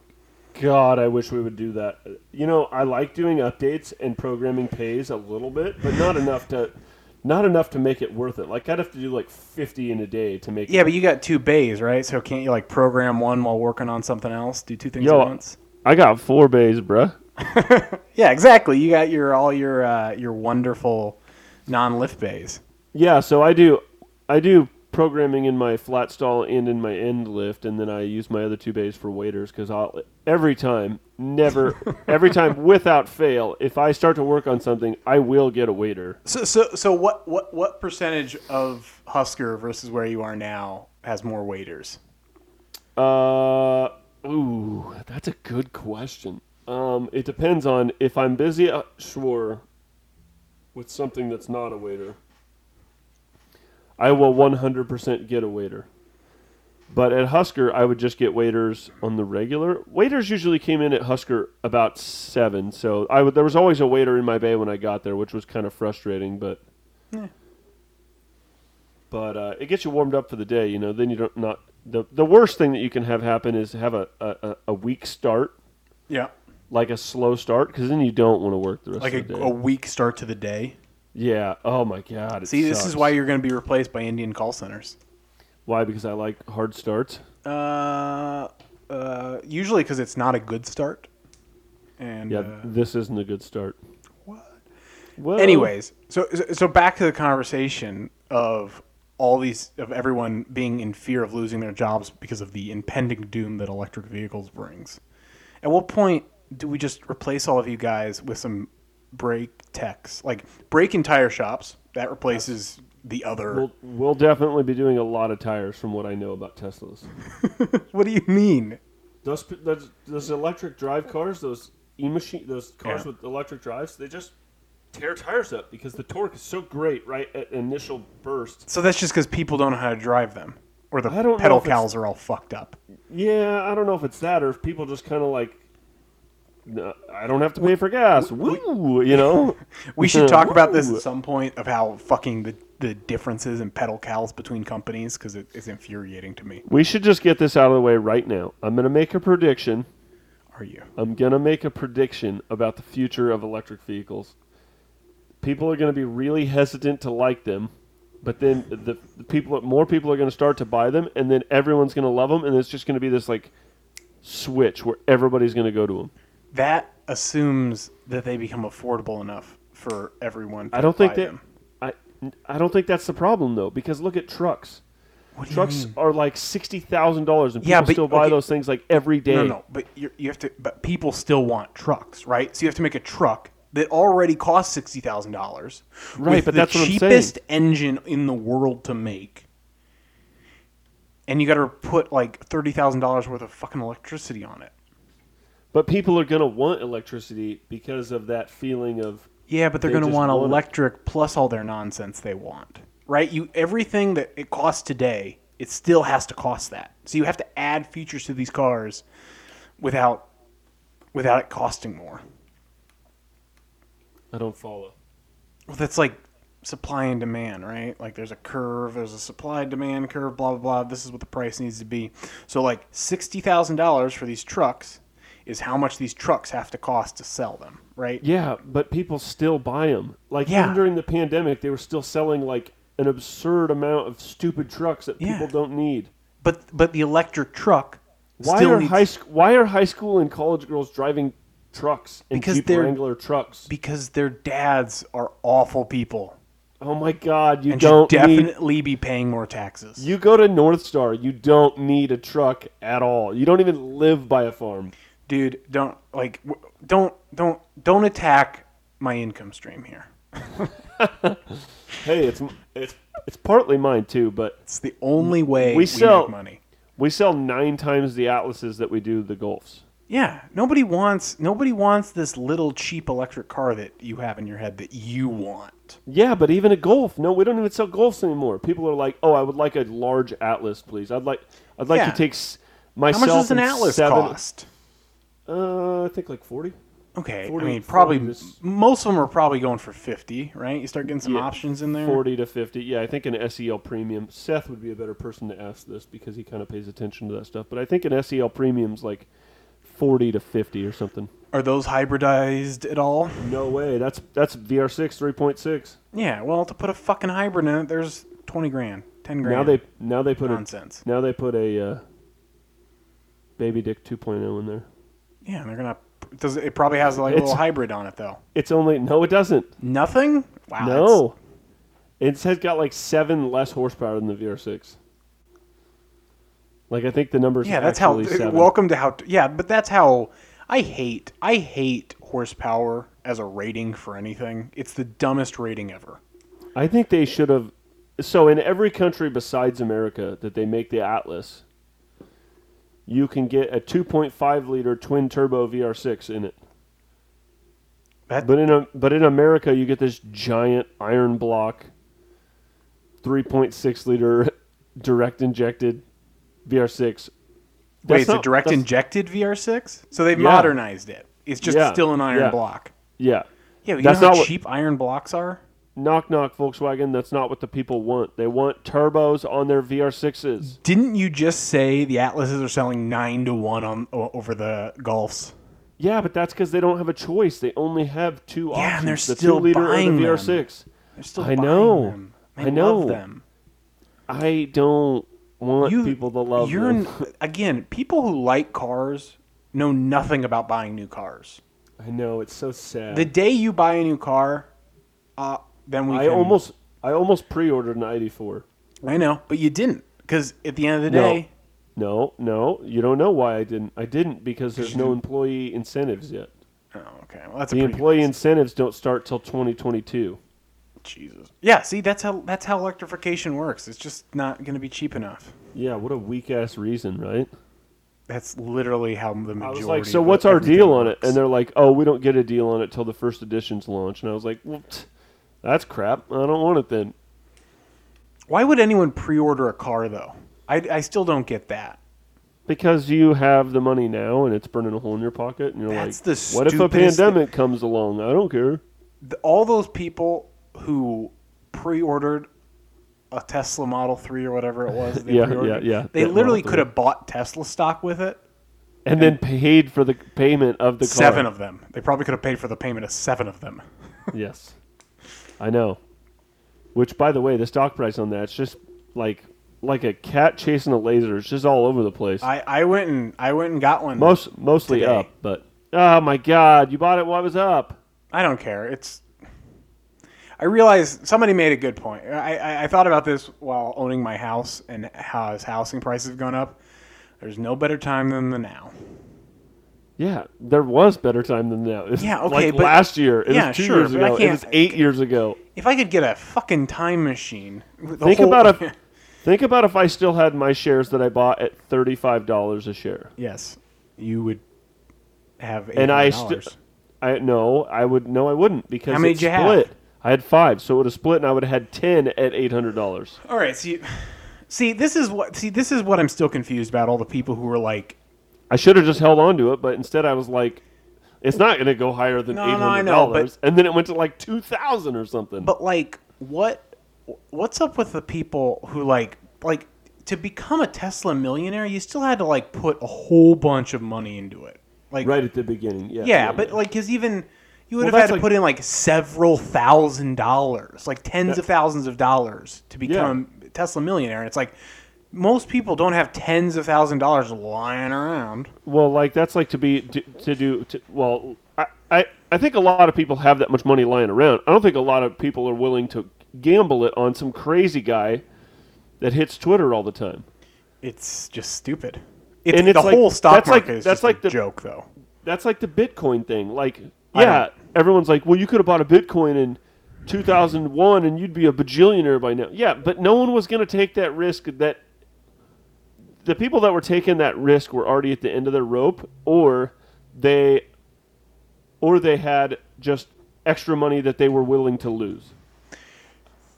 Speaker 1: God, I wish we would do that. You know, I like doing updates and programming pays a little bit, but not enough to not enough to make it worth it. Like I'd have to do like 50 in a day to make
Speaker 2: yeah,
Speaker 1: it.
Speaker 2: but you got two bays, right? So can't you like program one while working on something else? Do two things
Speaker 1: Yo,
Speaker 2: at once?
Speaker 1: I got 4 bays, bruh.
Speaker 2: Yeah, exactly. You got your all your uh, your wonderful non-lift bays.
Speaker 1: Yeah, so I do I do programming in my flat stall and in my end lift and then I use my other two bays for waiters cuz I'll every time never every time without fail if I start to work on something I will get a waiter.
Speaker 2: So, so, so what, what, what percentage of Husker versus where you are now has more waiters?
Speaker 1: Uh, ooh, that's a good question. Um, it depends on if I'm busy at Schwar with something that's not a waiter. I will 100% get a waiter. But at Husker, I would just get waiters on the regular. Waiters usually came in at Husker about seven, so I would, there was always a waiter in my bay when I got there, which was kind of frustrating. But but uh, it gets you warmed up for the day. You know, then you don't not the the worst thing that you can have happen is have a a, a- a weak start,
Speaker 2: Yeah.
Speaker 1: like a slow start, because then you don't want to work the rest
Speaker 2: Like
Speaker 1: of the
Speaker 2: a,
Speaker 1: day.
Speaker 2: a weak start to the day.
Speaker 1: yeah. Oh my god. It
Speaker 2: See, this is
Speaker 1: sucks.
Speaker 2: why you're going to be replaced by Indian call centers.
Speaker 1: Why? Because I like hard starts.
Speaker 2: Uh, uh, usually because it's not a good start. And
Speaker 1: Yeah.
Speaker 2: uh,
Speaker 1: this isn't a good start.
Speaker 2: what?
Speaker 1: Well,
Speaker 2: Anyways, so so- so back to the conversation of all these of everyone being in fear of losing their jobs because of the impending doom that electric vehicles brings. At what point do we just replace all of you guys with some brake techs, like brake and tire shops? That replaces the other.
Speaker 1: We'll, we'll definitely be doing a lot of tires from what I know about Teslas.
Speaker 2: what do you mean?
Speaker 1: Those, p- those, those electric drive cars, those e machine, those cars
Speaker 2: Yeah.
Speaker 1: with electric drives, they just tear tires up because the torque is so great right at initial burst.
Speaker 2: So that's just because people don't know how to drive them, or the
Speaker 1: I don't know
Speaker 2: pedal
Speaker 1: if it's-
Speaker 2: cows are all fucked up.
Speaker 1: Yeah, I don't know if it's that or if people just kind of like, "No, I don't have to pay for gas. Woo, you know.
Speaker 2: We should talk about this
Speaker 1: Woo.
Speaker 2: at some point of how fucking the, the differences in pedal cows between companies because it is infuriating to me.
Speaker 1: We should just get this out of the way right now. I'm gonna make a prediction.
Speaker 2: Are you?
Speaker 1: I'm gonna make a prediction about the future of electric vehicles. People are gonna be really hesitant to like them, but then the, the people, more people are gonna start to buy them, and then everyone's gonna love them, and it's just gonna be this like switch where everybody's gonna go to them.
Speaker 2: That assumes that they become affordable enough for everyone. To
Speaker 1: I don't think
Speaker 2: buy
Speaker 1: that.
Speaker 2: them.
Speaker 1: I I don't think that's the problem though, because look at trucks.
Speaker 2: What do you
Speaker 1: Trucks
Speaker 2: mean?
Speaker 1: are like sixty thousand dollars, and people
Speaker 2: Yeah, but-
Speaker 1: still buy
Speaker 2: okay.
Speaker 1: those things like every day.
Speaker 2: No, no, but you you have to. But people still want trucks, right? So you have to make a truck that already costs sixty thousand dollars,
Speaker 1: Right, but
Speaker 2: the
Speaker 1: that's what I'm saying.
Speaker 2: cheapest engine in the world to make, and you got to put like thirty thousand dollars worth of fucking electricity on it.
Speaker 1: But people are gonna want electricity because of that feeling of
Speaker 2: Yeah, but they're
Speaker 1: They
Speaker 2: going to
Speaker 1: just
Speaker 2: want
Speaker 1: want it.
Speaker 2: electric plus all their nonsense they want, right? You everything that it costs today, it still has to cost that. So you have to add features to these cars without without it costing more.
Speaker 1: I don't follow.
Speaker 2: Well, that's like supply and demand, right? Like there's a curve, there's a supply and demand curve, blah blah blah. This is what the price needs to be. So like sixty thousand dollars for these trucks is how much these trucks have to cost to sell them, right?
Speaker 1: Yeah, but people still buy them. Like
Speaker 2: Yeah.
Speaker 1: even during the pandemic, they were still selling like an absurd amount of stupid trucks that
Speaker 2: Yeah.
Speaker 1: people don't need.
Speaker 2: But but the electric truck
Speaker 1: Why
Speaker 2: still
Speaker 1: are
Speaker 2: needs-
Speaker 1: high sc- Why are high school and college girls driving trucks and
Speaker 2: Because
Speaker 1: Jeep
Speaker 2: they're-
Speaker 1: Wrangler trucks?
Speaker 2: because their dads are awful people
Speaker 1: oh my God! You
Speaker 2: and
Speaker 1: don't
Speaker 2: should
Speaker 1: need.
Speaker 2: definitely be paying more taxes.
Speaker 1: You go to North Star, you don't need a truck at all. You don't even live by a farm.
Speaker 2: Dude, don't like w- don't don't don't attack my income stream here.
Speaker 1: Hey, it's it's it's partly mine too, but
Speaker 2: It's the only way
Speaker 1: We sell-
Speaker 2: make money.
Speaker 1: we sell nine times the atlases that we do the golfs.
Speaker 2: Yeah, nobody wants nobody wants this little cheap electric car that you have in your head that you want.
Speaker 1: Yeah, but even a golf. No, we don't even sell golfs anymore. People are like, "Oh, I would like a large Atlas, please. I'd like, I'd like
Speaker 2: Yeah.
Speaker 1: to take s-
Speaker 2: How
Speaker 1: myself."
Speaker 2: much does an
Speaker 1: and
Speaker 2: Atlas
Speaker 1: seven-
Speaker 2: cost?
Speaker 1: Uh, I think like forty.
Speaker 2: Okay,
Speaker 1: 40
Speaker 2: I mean probably
Speaker 1: 40 is-
Speaker 2: most of them are probably going for 50, right? You start getting some
Speaker 1: Yeah,
Speaker 2: options in there.
Speaker 1: Forty to fifty. Yeah, I think an SEL premium. Seth would be a better person to ask this because he kind of pays attention to that stuff. But I think an SEL premium's like forty to fifty or something.
Speaker 2: Are those hybridized at all?
Speaker 1: No way. That's that's VR6 3.6.
Speaker 2: Yeah, well, to put a fucking hybrid in it, there's 20 grand, 10 grand.
Speaker 1: Now they now they put a,
Speaker 2: nonsense.
Speaker 1: now they put a uh, baby dick 2.0 in there.
Speaker 2: Yeah, and they're going to does it probably has like a
Speaker 1: It's-
Speaker 2: little hybrid on it though.
Speaker 1: It's only no, it doesn't.
Speaker 2: Nothing? Wow. that's-
Speaker 1: No. It's has got like seven less horsepower than the VR6. Like I think the numbers.
Speaker 2: Yeah, that's how
Speaker 1: Seven.
Speaker 2: welcome to how Yeah, but that's how I hate I hate horsepower as a rating for anything. It's the dumbest rating ever.
Speaker 1: I think they should have. So in every country besides America that they make the Atlas, you can get a 2.5 liter twin turbo VR6 in it.
Speaker 2: That-
Speaker 1: but in a, but in America, you get this giant iron block, 3.6 liter direct injected VR6.
Speaker 2: Wait,
Speaker 1: That's
Speaker 2: it's a
Speaker 1: not-
Speaker 2: direct
Speaker 1: that's-
Speaker 2: injected VR6? So they've
Speaker 1: Yeah.
Speaker 2: modernized it. It's just
Speaker 1: Yeah,
Speaker 2: still an iron
Speaker 1: yeah.
Speaker 2: block.
Speaker 1: Yeah,
Speaker 2: Yeah, but you
Speaker 1: That's
Speaker 2: know
Speaker 1: not
Speaker 2: how
Speaker 1: what-
Speaker 2: cheap iron blocks are?
Speaker 1: knock knock Volkswagen. That's not what the people want. They want turbos on their VR6s.
Speaker 2: Didn't you just say the Atlases are selling 9 to 1 on o- over the Golfs?
Speaker 1: Yeah, but that's because they don't have a choice. They only have two options:
Speaker 2: Yeah, and they're
Speaker 1: the
Speaker 2: still
Speaker 1: two liter or
Speaker 2: buying
Speaker 1: the
Speaker 2: them.
Speaker 1: VR6.
Speaker 2: They're still
Speaker 1: I
Speaker 2: buying
Speaker 1: know.
Speaker 2: them. They
Speaker 1: I know.
Speaker 2: love them.
Speaker 1: I don't want
Speaker 2: You-
Speaker 1: people to love
Speaker 2: you're
Speaker 1: them.
Speaker 2: n- again, people who like cars know nothing about buying new cars.
Speaker 1: I know it's so sad.
Speaker 2: The day you buy a new car, uh, then we
Speaker 1: I
Speaker 2: can-
Speaker 1: almost I almost pre-ordered an ID4.
Speaker 2: I know, but you didn't because at the end of the
Speaker 1: No.
Speaker 2: day,
Speaker 1: No, no, you don't know why I didn't. I didn't because there's no employee incentives yet.
Speaker 2: oh, okay, well that's a
Speaker 1: The
Speaker 2: pretty
Speaker 1: employee incentives don't start till 2022.
Speaker 2: Jesus. Yeah, see that's how that's how electrification works. It's just not going to be cheap enough.
Speaker 1: Yeah, what a weak ass reason, right?
Speaker 2: That's literally how the majority.
Speaker 1: I was like, so
Speaker 2: of
Speaker 1: what's our
Speaker 2: everything
Speaker 1: deal on it?
Speaker 2: works.
Speaker 1: And they're like, oh, we don't get a deal on it till the first edition's launch. And I was like, well, tch, that's crap. I don't want it then.
Speaker 2: why would anyone pre-order a car though? I, I still don't get that.
Speaker 1: Because you have the money now and it's burning a hole in your pocket. And you're
Speaker 2: That's
Speaker 1: like,
Speaker 2: the
Speaker 1: what if a
Speaker 2: stupidest thi-
Speaker 1: pandemic comes along? I don't care.
Speaker 2: The- all those people who pre-ordered a Tesla Model Three or whatever it was, they
Speaker 1: Yeah,
Speaker 2: pre-ordered,
Speaker 1: yeah, yeah,
Speaker 2: They
Speaker 1: that
Speaker 2: literally
Speaker 1: Model
Speaker 2: could have bought Tesla stock with it.
Speaker 1: And then paid for the payment of the car.
Speaker 2: Seven of them. They probably could have paid for the payment of seven of them.
Speaker 1: Yes, I know. Which, by the way, the stock price on that's just like like a cat chasing a laser. It's just all over the place.
Speaker 2: I, I went and I went and got one.
Speaker 1: Most mostly
Speaker 2: Today.
Speaker 1: up, but oh my god, you bought it while it was up.
Speaker 2: I don't care. It's. I realize somebody made a good point. I, I, I thought about this while owning my house and how as housing prices have gone up. There's no better time than the now.
Speaker 1: Yeah, there was better time than now. It's
Speaker 2: Yeah, okay,
Speaker 1: like
Speaker 2: but-
Speaker 1: last year. It
Speaker 2: yeah,
Speaker 1: was two
Speaker 2: sure,
Speaker 1: years
Speaker 2: but I
Speaker 1: ago. It was
Speaker 2: can't-
Speaker 1: eight years ago.
Speaker 2: If I could get a fucking time machine, the
Speaker 1: Think
Speaker 2: whole-
Speaker 1: about if think about if I still had my shares that I bought at thirty five dollars a share.
Speaker 2: yes, you would have.
Speaker 1: and I
Speaker 2: still.
Speaker 1: still, I no, I would no, I wouldn't because
Speaker 2: How many
Speaker 1: it
Speaker 2: did you have?
Speaker 1: split. I had five, so it would have split, and I would have had ten at eight hundred dollars.
Speaker 2: All right, see, see, this is what see this is what I'm still confused about. All the people who are like,
Speaker 1: I should have just held on to it, but instead I was like, it's not going to go higher than
Speaker 2: No,
Speaker 1: eight
Speaker 2: no, I
Speaker 1: hundred
Speaker 2: know, but-
Speaker 1: dollars, and then it went to like two thousand or something.
Speaker 2: but like, what, what's up with the people who like, like to become a Tesla millionaire, you still had to like put a whole bunch of money into it, like,
Speaker 1: right at the beginning, yeah,
Speaker 2: yeah, but like, because even you would
Speaker 1: Well,
Speaker 2: have had
Speaker 1: that's
Speaker 2: to
Speaker 1: like-
Speaker 2: put in like several thousand dollars, like tens of thousands of dollars to become a Tesla millionaire, and it's like most people don't have tens of thousand dollars lying around.
Speaker 1: well, like that's like to be to, to do to, well. I, I I think a lot of people have that much money lying around. I don't think a lot of people are willing to gamble it on some crazy guy that hits Twitter all the time.
Speaker 2: it's just stupid. It's,
Speaker 1: And it's
Speaker 2: the
Speaker 1: like-
Speaker 2: whole stock
Speaker 1: that's like-
Speaker 2: market is
Speaker 1: that's
Speaker 2: just
Speaker 1: like
Speaker 2: a
Speaker 1: the-
Speaker 2: joke, though.
Speaker 1: that's like the Bitcoin thing. Like,
Speaker 2: I
Speaker 1: yeah,
Speaker 2: don't-
Speaker 1: everyone's like, well, you could have bought a Bitcoin in 2001 and you'd be a bajillionaire by now. Yeah, but no one was going to take that risk. That the people that were taking that risk were already at the end of their rope, or they, or they had just extra money that they were willing to lose.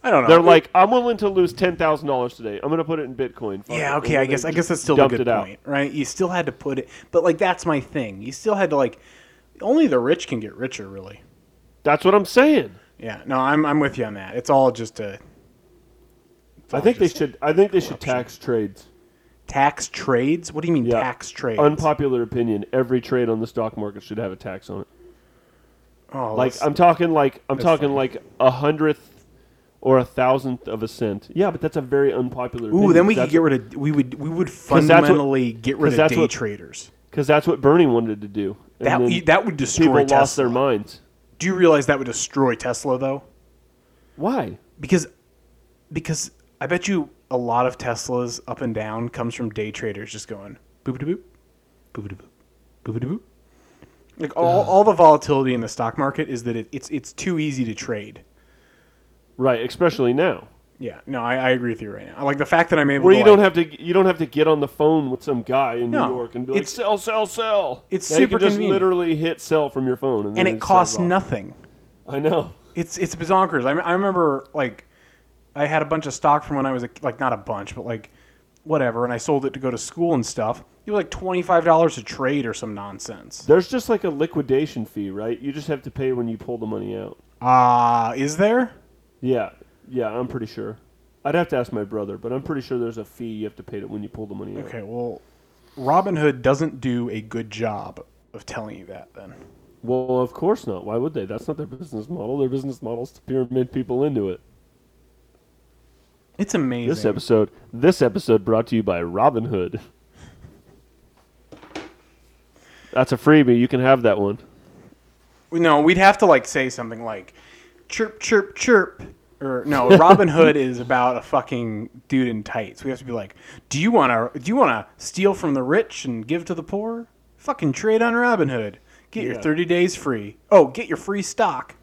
Speaker 2: I don't know.
Speaker 1: They're like, I'm willing to lose ten thousand dollars today. I'm going to put it in Bitcoin. Fuck it."
Speaker 2: yeah, okay.
Speaker 1: And
Speaker 2: I
Speaker 1: they
Speaker 2: guess I
Speaker 1: just
Speaker 2: guess that's still a
Speaker 1: dumped
Speaker 2: good
Speaker 1: it out.
Speaker 2: point, right? You still had to put it, but like that's my thing. You still had to like. Only the rich can get richer, really.
Speaker 1: That's what I'm saying.
Speaker 2: Yeah. No, I'm I'm with you on that. It's all just a
Speaker 1: I think they
Speaker 2: just
Speaker 1: should. I think they should tax trades.
Speaker 2: tax trades. What do you mean
Speaker 1: Yeah.
Speaker 2: tax trades?
Speaker 1: Unpopular opinion: Every trade on the stock market should have a tax on it.
Speaker 2: oh,
Speaker 1: Like
Speaker 2: that's-
Speaker 1: I'm talking like I'm talking
Speaker 2: funny.
Speaker 1: like a hundredth or a thousandth of a cent. Yeah, but that's a very unpopular.
Speaker 2: ooh, then we could get rid of we would we would
Speaker 1: that's what-
Speaker 2: fundamentally get rid
Speaker 1: 'cause
Speaker 2: of
Speaker 1: that's
Speaker 2: day
Speaker 1: what-
Speaker 2: traders.
Speaker 1: because that's what Bernie wanted to do. And
Speaker 2: That
Speaker 1: then
Speaker 2: you- that would
Speaker 1: people
Speaker 2: destroy
Speaker 1: lost
Speaker 2: Tesla.
Speaker 1: their minds.
Speaker 2: do you realize that would destroy Tesla though?
Speaker 1: Why?
Speaker 2: because because I bet you a lot of Teslas up and down comes from day traders just going boop boop boop boop boop boop boop. Like all, all the volatility in the stock market is that it, it's it's too easy to trade.
Speaker 1: Right, especially now.
Speaker 2: Yeah, no, I, I agree with you right now. Like the fact that I'm able
Speaker 1: Where
Speaker 2: to
Speaker 1: you
Speaker 2: like,
Speaker 1: don't have to you don't have to get on the phone with some guy in
Speaker 2: No,
Speaker 1: New York and be like
Speaker 2: it's-
Speaker 1: sell sell sell.
Speaker 2: it's
Speaker 1: Now you can
Speaker 2: super
Speaker 1: just
Speaker 2: convenient.
Speaker 1: literally hit sell from your phone and, then
Speaker 2: and it
Speaker 1: just
Speaker 2: costs
Speaker 1: sells off.
Speaker 2: nothing.
Speaker 1: I know.
Speaker 2: It's it's bonkers. I, I remember like I had a bunch of stock from when I was a, like not a bunch, but like whatever, and I sold it to go to school and stuff. It was like twenty five dollars a trade or some nonsense.
Speaker 1: There's just like a liquidation fee, right? You just have to pay when you pull the money out.
Speaker 2: Ah, is there?
Speaker 1: Yeah, yeah, I'm pretty sure. I'd have to ask my brother, but I'm pretty sure there's a fee you have to pay it when you pull the money out.
Speaker 2: Okay, well, Robinhood doesn't do a good job of telling you that. Then
Speaker 1: Well, of course not. Why would they? That's not their business model. Their business model is to pyramid people into it.
Speaker 2: it's amazing.
Speaker 1: This episode, this episode brought to you by Robinhood. That's a freebie. You can have that one.
Speaker 2: No, we'd have to like say something like chirp chirp chirp or no, Robin Hood is about a fucking dude in tights. We have to be like, "Do you want to do you want to steal from the rich and give to the poor? Fucking trade on Robin Hood. Get your
Speaker 1: Yeah.
Speaker 2: 30 days free. Oh, get your free stock."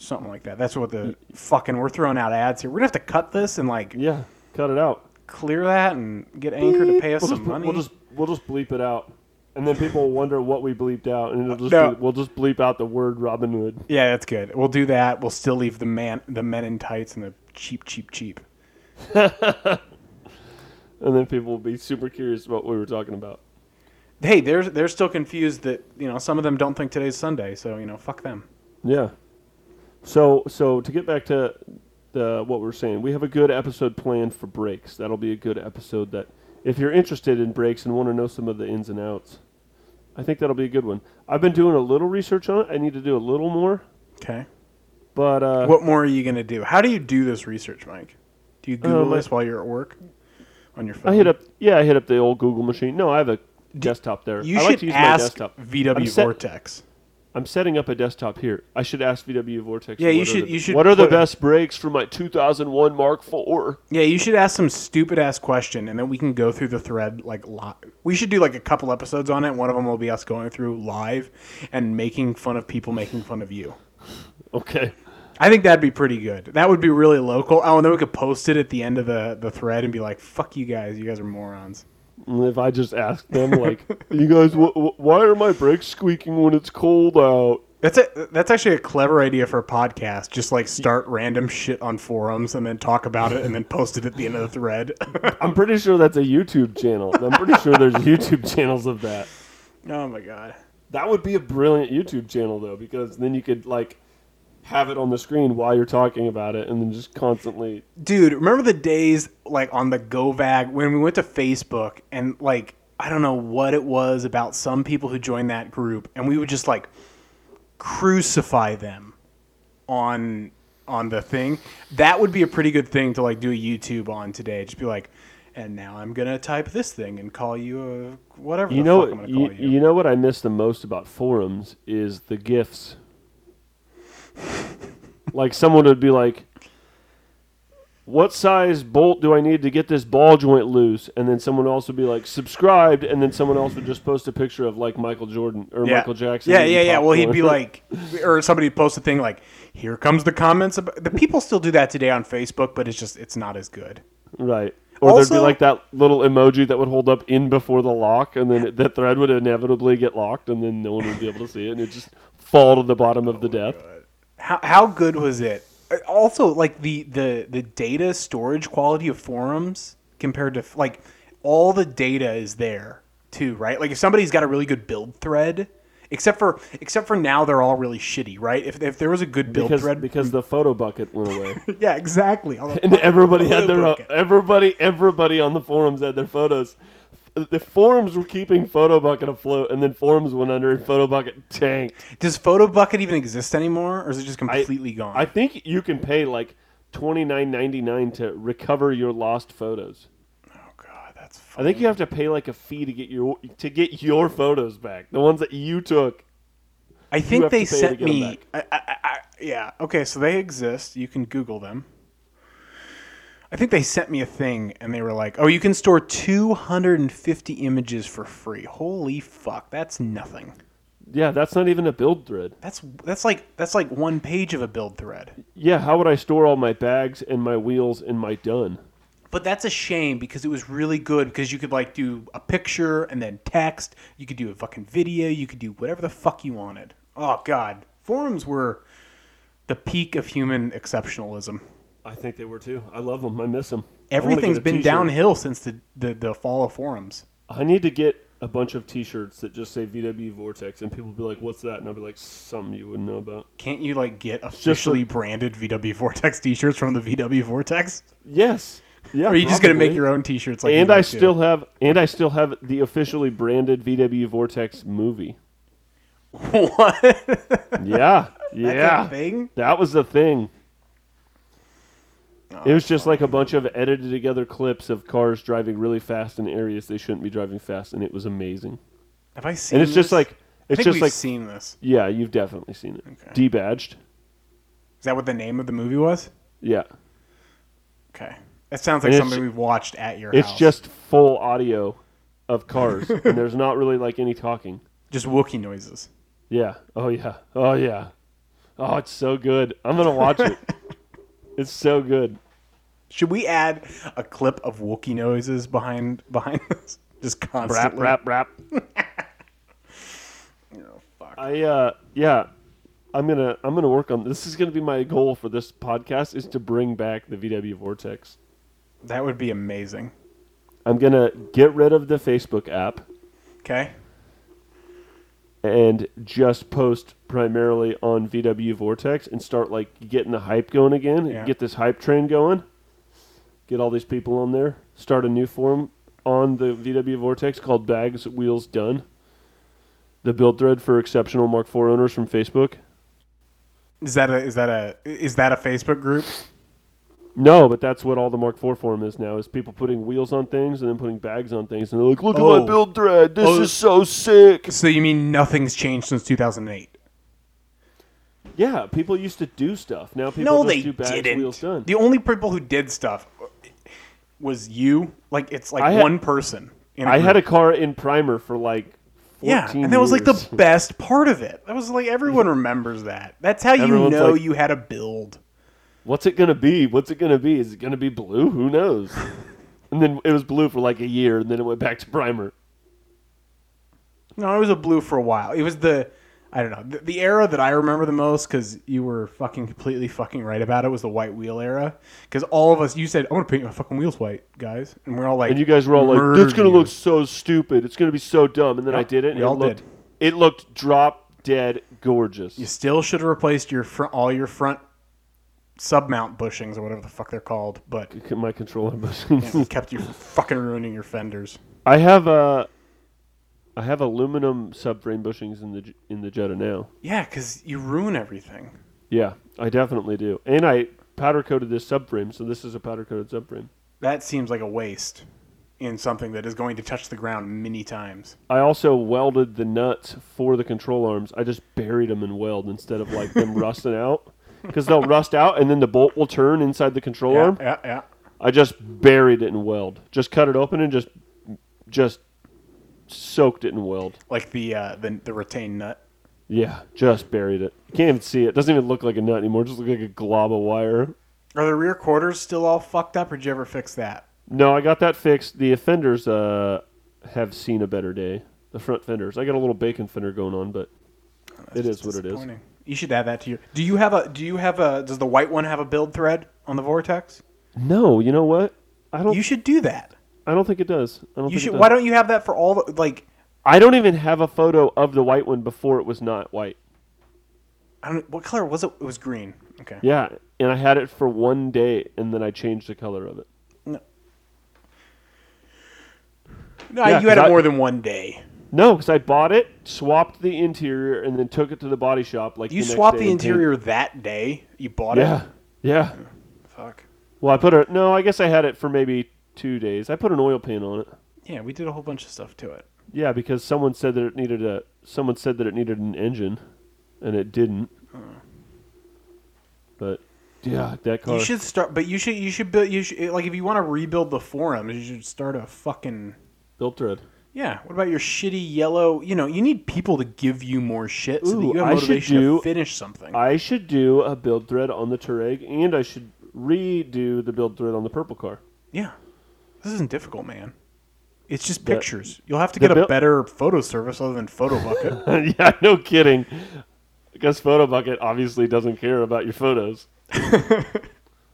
Speaker 2: Something like that. That's what the fucking we're throwing out ads here. We're going to have to cut this and like
Speaker 1: Yeah, cut it out.
Speaker 2: clear that and get Anchor to pay us
Speaker 1: we'll
Speaker 2: some
Speaker 1: just,
Speaker 2: money.
Speaker 1: We'll just we'll just bleep it out, and then people will wonder what we bleeped out, and it'll just
Speaker 2: No.
Speaker 1: be, we'll just bleep out the word Robinhood.
Speaker 2: Yeah, that's good. We'll do that. We'll still leave the man, the men in tights, and the cheap, cheap, cheap.
Speaker 1: and then people will be super curious about what we were talking about.
Speaker 2: Hey, they're they're still confused that you know some of them don't think today's Sunday, so you know fuck them.
Speaker 1: Yeah. So so to get back to the what we're saying, we have a good episode planned for breaks. That'll be a good episode that if you're interested in breaks and want to know some of the ins and outs, I think that'll be a good one. I've been doing a little research on it. I need to do a little more,
Speaker 2: Okay.
Speaker 1: but uh,
Speaker 2: What more are you gonna do? How do you do this research, Mike? Do you Google
Speaker 1: Um,
Speaker 2: this while you're at work on your phone?
Speaker 1: I hit up yeah, I hit up the old Google machine. No, I have a desktop there.
Speaker 2: You
Speaker 1: I
Speaker 2: should
Speaker 1: like to use my
Speaker 2: ask
Speaker 1: desktop. I'm
Speaker 2: VW
Speaker 1: set-
Speaker 2: Vortex.
Speaker 1: I'm setting up a desktop here. I should ask VW Vortex.
Speaker 2: Yeah, you
Speaker 1: what are
Speaker 2: should-
Speaker 1: the-
Speaker 2: you should
Speaker 1: What are the
Speaker 2: put-
Speaker 1: best breaks for my 2001 Mark IV?
Speaker 2: Yeah, you should ask some stupid ass question, and then we can go through the thread like lot. We should do like a couple episodes on it. One of them will be us going through live and making fun of people making fun of you.
Speaker 1: Okay.
Speaker 2: I think that'd be pretty good. That would be really local. Oh, and then we could post it at the end of the, the thread and be like, "Fuck you guys, you guys are morons."
Speaker 1: And If I just asked them, like, you guys, wh- wh- why are my brakes squeaking when it's cold out?
Speaker 2: That's a that's actually a clever idea for a podcast. Just like start random shit on forums and then talk about it and then post it at the end of the thread.
Speaker 1: I'm pretty sure that's a YouTube channel. I'm pretty sure there's YouTube channels of that.
Speaker 2: oh my god.
Speaker 1: That would be a brilliant YouTube channel, though, because then you could, like, have it on the screen while you're talking about it and then just constantly.
Speaker 2: Dude, remember the days like on the Govag when we went to Facebook and like I don't know what it was about some people who joined that group and we would just like crucify them on on the thing. That would be a pretty good thing to like do a YouTube on today. Just be like, and now I'm gonna type this thing and call you a whatever.
Speaker 1: You
Speaker 2: the
Speaker 1: know,
Speaker 2: fuck I'm gonna
Speaker 1: you,
Speaker 2: call you.
Speaker 1: you know what I miss the most about forums is the gifts. like someone would be like, "What size bolt do I need to get this ball joint loose?" And then someone else would be like, "Subscribed," and then someone else would just post a picture of like Michael Jordan or Michael Jackson.
Speaker 2: Yeah,
Speaker 1: eating
Speaker 2: yeah, yeah. Well, he'd be
Speaker 1: popcorn.
Speaker 2: like, or somebody post a thing like, "Here comes the comments." About, the people still do that today on Facebook, but it's just it's not as good.
Speaker 1: "Right." Or there'd
Speaker 2: Also-
Speaker 1: be like that little emoji that would hold up in before the lock, and then it, that thread would inevitably get locked, and then no one would be able to see it, and it just fall to the bottom of the depth.
Speaker 2: How how good was it? Uh, Also, like the the the data storage quality of forums compared to like all the data is there too, right? Like if somebody's got a really good build thread, except for except for now they're all really shitty, right? If if there was a good build
Speaker 1: because,
Speaker 2: thread,
Speaker 1: because the photo bucket went away
Speaker 2: yeah, exactly. Although-
Speaker 1: and everybody had
Speaker 2: Photo
Speaker 1: their own,
Speaker 2: bucket.
Speaker 1: everybody everybody on the forums had their photos the forums were keeping photo bucket afloat and then forums went under and photo bucket tanked
Speaker 2: Does Photo Bucket even exist anymore, or is it just completely gone?
Speaker 1: i think you can pay like 29.99 to recover your lost photos
Speaker 2: oh god, that's. Fucking
Speaker 1: i think you have to pay like a fee to get your to get your photos back the ones that you took
Speaker 2: I think
Speaker 1: have to
Speaker 2: they
Speaker 1: pay to
Speaker 2: sent
Speaker 1: get 'em
Speaker 2: me. I, I, I, I- yeah. Okay, so they exist. You can Google them. I think they sent me a thing, and they were like, "Oh, you can store 250 images for free." Holy fuck, that's nothing.
Speaker 1: yeah that's not even a build thread
Speaker 2: That's that's like that's like one page of a build thread.
Speaker 1: Yeah, how would I store all my bags and my wheels and my dun?
Speaker 2: But that's a shame because it was really good because you could like do a picture and then text. You could do a fucking video. You could do whatever the fuck you wanted. Oh god, forums were the peak of human exceptionalism.
Speaker 1: I think they were too. I love them. I miss them.
Speaker 2: Everything's been downhill since the, the the fall of forums.
Speaker 1: I need to get a bunch of T-shirts that just say VW Vortex, and people will be like, "What's that?" And I'll be like, "Something you wouldn't know about."
Speaker 2: Can't you like get officially branded VW Vortex T-shirts from the VW Vortex?
Speaker 1: Yes. Yeah.
Speaker 2: Or are you just gonna make your own T-shirts? Like you
Speaker 1: And I
Speaker 2: guys do?
Speaker 1: still have, and I still have the officially branded VW Vortex movie.
Speaker 2: what?
Speaker 1: Yeah.
Speaker 2: That's a
Speaker 1: yeah.
Speaker 2: thing.
Speaker 1: That was the thing.
Speaker 2: Oh,
Speaker 1: It was just like a bunch of edited together clips of cars driving really fast in areas they shouldn't be driving fast, and it was amazing.
Speaker 2: Have I seen?
Speaker 1: And it's just
Speaker 2: this?
Speaker 1: like
Speaker 2: I
Speaker 1: it's
Speaker 2: think
Speaker 1: just
Speaker 2: we've
Speaker 1: like
Speaker 2: seen this.
Speaker 1: yeah, you've definitely seen it.
Speaker 2: Okay.
Speaker 1: Debadged,
Speaker 2: Is that what the name of the movie was?
Speaker 1: yeah.
Speaker 2: Okay, that sounds like
Speaker 1: And it's-
Speaker 2: something we've watched at your
Speaker 1: It's
Speaker 2: house.
Speaker 1: just full audio of cars, and there's not really like any talking.
Speaker 2: just Wookie noises.
Speaker 1: Yeah. Oh yeah. Oh yeah. Oh, it's so good. I'm gonna watch it. It's so good.
Speaker 2: Should we add a clip of Wookie noises behind behind this? Just
Speaker 1: Rap,
Speaker 2: constantly.
Speaker 1: rap, rap.
Speaker 2: Oh, fuck.
Speaker 1: I uh yeah. I'm gonna I'm gonna work on this. Is gonna be my goal for this podcast is to bring back the VW Vortex.
Speaker 2: That would be amazing.
Speaker 1: I'm gonna get rid of the Facebook app
Speaker 2: Okay.
Speaker 1: and just post primarily on VW Vortex and start like getting the hype going again.
Speaker 2: Yeah.
Speaker 1: Get this hype train going. Get all these people on there. Start a new forum on the VW Vortex called Bags Wheels Done. The build thread for exceptional Mark IV owners from Facebook.
Speaker 2: Is that a is that a is that a Facebook group?
Speaker 1: No, but that's what all the Mark IV forum is now: is people putting wheels on things and then putting bags on things, and they're like, "Look at
Speaker 2: Oh.
Speaker 1: my build thread. This
Speaker 2: Oh.
Speaker 1: is so sick."
Speaker 2: So you mean nothing's changed since 2008?
Speaker 1: Yeah, people used to do stuff. Now people
Speaker 2: No,
Speaker 1: just
Speaker 2: they
Speaker 1: do bags wheels done.
Speaker 2: didn't. The only people who did stuff was you. Like it's like
Speaker 1: I had-
Speaker 2: one person. in
Speaker 1: I had
Speaker 2: group.
Speaker 1: a car in primer for like 14
Speaker 2: yeah, and that was like
Speaker 1: years.
Speaker 2: the best part of it. That was like everyone remembers that. That's how you
Speaker 1: Everyone's
Speaker 2: know
Speaker 1: like-
Speaker 2: you had a build.
Speaker 1: What's it gonna be? What's it gonna be? Is it gonna be blue? Who knows? and then it was blue for like a year, and then it went back to primer.
Speaker 2: No, it was a blue for a while. It was the I don't know the, the era that I remember the most because you were fucking completely fucking right about it was the white wheel era because all of us you said I'm gonna paint my fucking wheels white guys and we're all like
Speaker 1: And you guys were all like,
Speaker 2: murdered
Speaker 1: "That's gonna
Speaker 2: you."
Speaker 1: look so stupid. It's gonna be so dumb." And then I did it, and
Speaker 2: we
Speaker 1: it
Speaker 2: all
Speaker 1: looked it
Speaker 2: did.
Speaker 1: looked drop dead gorgeous.
Speaker 2: you still should have replaced your front all your front sub mount bushings or whatever the fuck they're called but
Speaker 1: My controller bushings.
Speaker 2: you kept you from fucking ruining your fenders
Speaker 1: I have a I have aluminum subframe bushings in the J- in the Jetta now.
Speaker 2: yeah because you ruin everything
Speaker 1: Yeah, I definitely do. And I powder coated this subframe, so this is a powder coated subframe.
Speaker 2: that seems like a waste in something that is going to touch the ground many times
Speaker 1: I also welded the nuts for the control arms. I just buried them in weld instead of like them rusting out because they'll rust out and then the bolt will turn inside the control
Speaker 2: yeah
Speaker 1: arm.
Speaker 2: yeah yeah
Speaker 1: I just buried it in weld. Just cut it open and just just soaked it in weld.
Speaker 2: like the uh the, the retained nut
Speaker 1: Yeah, just buried it. You can't even see it. Doesn't even look like a nut anymore. It just looks like a glob of wire.
Speaker 2: Are the rear quarters still all fucked up, or did you ever fix that?
Speaker 1: No, I got that fixed. The offenders uh, have seen a better day. The front fenders. I got a little bacon fender going on, but it is what it is.
Speaker 2: Disappointing. You should add that to your. Do you have a? Do you have a? Does the white one have a build thread on the Vortex?
Speaker 1: No, you know what? I don't.
Speaker 2: You should do that.
Speaker 1: I don't think it does. I don't
Speaker 2: You
Speaker 1: think
Speaker 2: should.
Speaker 1: It does.
Speaker 2: Why don't you have that for all the like?
Speaker 1: I don't even have a photo of the white one before it was not white.
Speaker 2: I don't. What color was it? It was green. Okay.
Speaker 1: Yeah, and I had it for one day, and then I changed the color of it.
Speaker 2: No,
Speaker 1: Yeah,
Speaker 2: you had
Speaker 1: 'cause I-
Speaker 2: it more than one day.
Speaker 1: No, because I bought it, swapped the interior, and then took it to the body shop. Like
Speaker 2: You
Speaker 1: the next
Speaker 2: swapped
Speaker 1: day
Speaker 2: the
Speaker 1: and painted-
Speaker 2: interior that day. You bought
Speaker 1: Yeah, yeah.
Speaker 2: it. Fuck.
Speaker 1: Well, I put it. No, I guess I had it for maybe two days. I put an oil paint on it.
Speaker 2: Yeah, we did a whole bunch of stuff to it.
Speaker 1: Yeah, because someone said that it needed a. Someone said that it needed an engine, and it didn't. But yeah, that car.
Speaker 2: You should start, but you should you should build you should like if you want to rebuild the forums, you should start a fucking
Speaker 1: Built thread.
Speaker 2: Yeah. What about your shitty yellow? You know, you need people to give you more shit so that
Speaker 1: Ooh,
Speaker 2: you have
Speaker 1: I should
Speaker 2: motivation
Speaker 1: do-
Speaker 2: to finish something.
Speaker 1: I should do a build thread on the Touareg, and I should redo the build thread on the purple car.
Speaker 2: yeah. This isn't difficult, man. It's just
Speaker 1: The-
Speaker 2: pictures. You'll have to
Speaker 1: the
Speaker 2: get a
Speaker 1: buil-
Speaker 2: better photo service other than Photo Bucket.
Speaker 1: yeah, no kidding. Because Photo Bucket obviously doesn't care about your photos.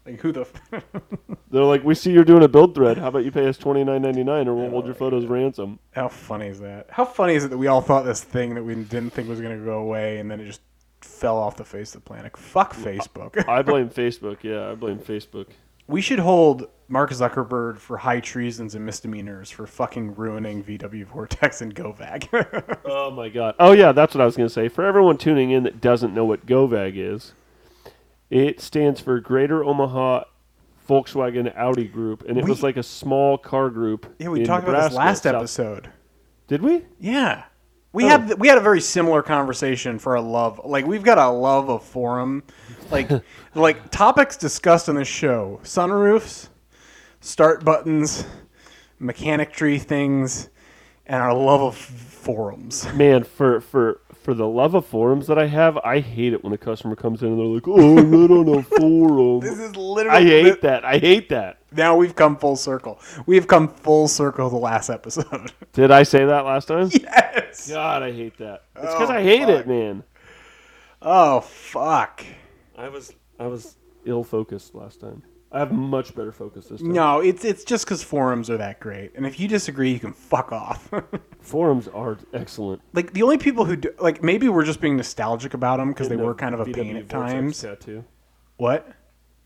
Speaker 2: like who the f-
Speaker 1: They're like, we see you're doing a build thread. How about you pay us twenty nine ninety nine, or we'll hold your photos ransom?
Speaker 2: How funny is that? How funny is it that we all thought this thing that we didn't think was going to go away and then it just fell off the face of the planet. Fuck Facebook.
Speaker 1: I blame Facebook. Yeah, I blame Facebook.
Speaker 2: we should hold Mark Zuckerberg for high treasons and misdemeanors for fucking ruining VW Vortex and Govag.
Speaker 1: Oh my god. Oh yeah, that's what I was gonna say. For everyone tuning in that doesn't know what Govag is, it stands for Greater Omaha Volkswagen Audi Group, and it
Speaker 2: We-
Speaker 1: was like a small car group.
Speaker 2: yeah, we
Speaker 1: in
Speaker 2: talked about this
Speaker 1: Nebraska,
Speaker 2: last
Speaker 1: South-
Speaker 2: episode.
Speaker 1: Did we?
Speaker 2: Yeah. We
Speaker 1: Oh.
Speaker 2: had th- we had a very similar conversation for a love like we've got a love of forum like like topics discussed on this show sunroofs start buttons mechanic tree things and our love of forums
Speaker 1: Man, for for for the love of forums that I have, I hate it when a customer comes in and they're like, "Oh, I'm not on a
Speaker 2: this
Speaker 1: forum."
Speaker 2: is literally
Speaker 1: I hate that. I hate that.
Speaker 2: now we've come full circle we've come full circle the last episode
Speaker 1: Did I say that last time?
Speaker 2: yes
Speaker 1: God, I hate that. It's because
Speaker 2: Oh,
Speaker 1: I hate
Speaker 2: fuck.
Speaker 1: it, man.
Speaker 2: oh fuck
Speaker 1: I was I was ill focused last time. I have much better focus this time.
Speaker 2: no it's it's just because forums are that great and if you disagree you can fuck off
Speaker 1: Forums are excellent.
Speaker 2: like the only people who do, like maybe we're just being nostalgic about them because they were kind of a pain at times.
Speaker 1: Tattoo.
Speaker 2: What?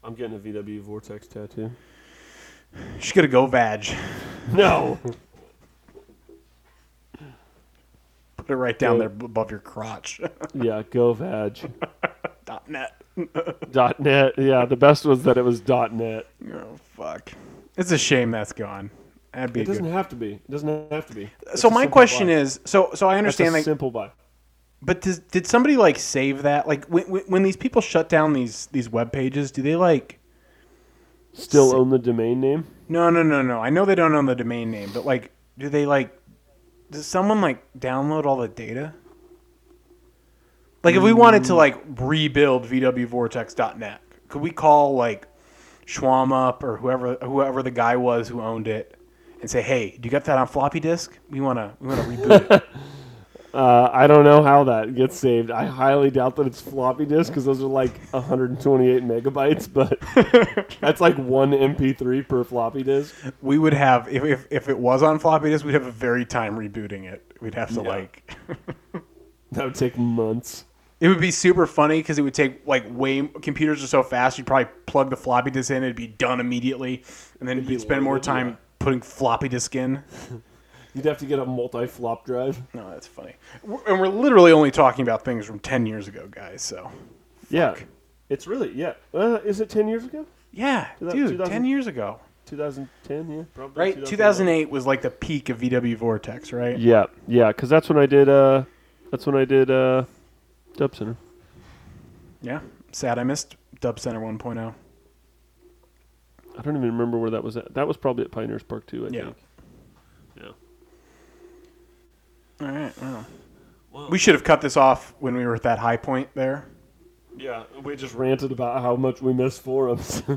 Speaker 1: I'm getting a VW Vortex tattoo.
Speaker 2: She's gonna go vag.
Speaker 1: No.
Speaker 2: Put it right down
Speaker 1: Go-
Speaker 2: there above your crotch.
Speaker 1: yeah, govag.
Speaker 2: Dot net.
Speaker 1: dot net. Yeah, the best was that it was dot net.
Speaker 2: Oh fuck. It's a shame that's gone. That'd be
Speaker 1: It
Speaker 2: a good.
Speaker 1: doesn't have to be. It doesn't have to be.
Speaker 2: So my question is, so so I understand like,
Speaker 1: simple buy.
Speaker 2: but does, did somebody like save that? Like when, when when these people shut down these these web pages, do they like?
Speaker 1: Still own the domain name?
Speaker 2: No, no, no, no. I know they don't own the domain name, but like, do they like? Does someone like download all the data? Like, if we wanted to like rebuild vwvortex.net, could we call like Schwam up or whoever whoever the guy was who owned it and say, "Hey, do you got that on floppy disk? We wanna we wanna reboot it."
Speaker 1: Uh, I don't know how that gets saved. I highly doubt that it's floppy disk because those are like 128 megabytes, but that's like one MP3 per floppy disk.
Speaker 2: we would have if, if if it was on floppy disk, we'd have a very time rebooting it. We'd have to
Speaker 1: Yeah.
Speaker 2: like.
Speaker 1: That would take months.
Speaker 2: It would be super funny because it would take like way computers are so fast. You'd probably plug the floppy disk in, it'd be done immediately, and then you'd spend more
Speaker 1: loaded,
Speaker 2: time
Speaker 1: yeah.
Speaker 2: putting floppy disk in.
Speaker 1: You'd have to get a multi-flop drive.
Speaker 2: No, that's funny. We're, and we're literally only talking about things from ten years ago, guys. So
Speaker 1: Yeah, it's really yeah. Uh, is it ten years ago?
Speaker 2: yeah,
Speaker 1: that-
Speaker 2: dude,
Speaker 1: 2000
Speaker 2: ten years ago,
Speaker 1: 2010, yeah, probably
Speaker 2: right? Two thousand eight was like the peak of VW Vortex, right?
Speaker 1: Yeah, yeah, because that's when I did. Uh, that's when I did uh, Dub Center.
Speaker 2: Yeah. Sad I missed Dub Center oh. 1.0.
Speaker 1: I don't even remember where that was at. That was probably at Pioneers Park too. I
Speaker 2: Yeah.
Speaker 1: think. Yeah.
Speaker 2: All right. Well, we should have cut this off when we were at that high point there.
Speaker 1: Yeah, we just ranted about how much we miss forums.